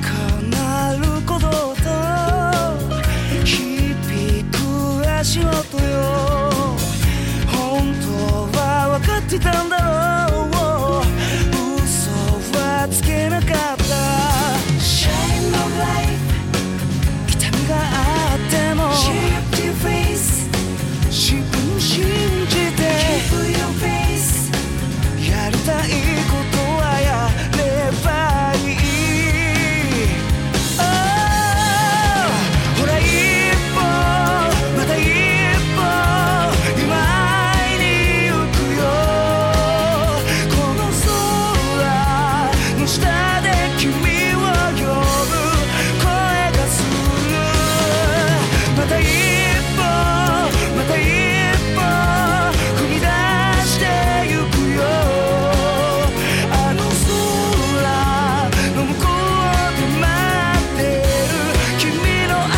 S6: 高鳴る鼓動と響く足音よ本当は分かってたんだろう嘘はつけなかった Shine my light 痛みがあっても Keep your face 自分信じて Keep your face やりたいことはやればいい Oh ほら一歩また一歩今会いに行くよこの空の下で君を呼ぶ声がするまた一歩また一歩踏み出してゆくよあの空の向こうで待ってる君の明日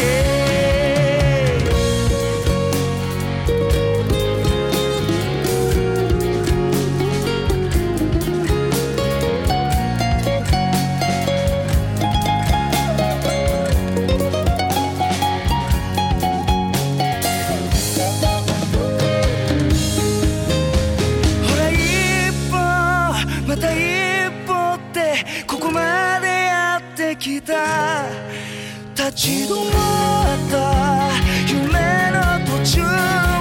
S6: へほら一歩また一歩ってここまでやってきた立ち止まった夢の途中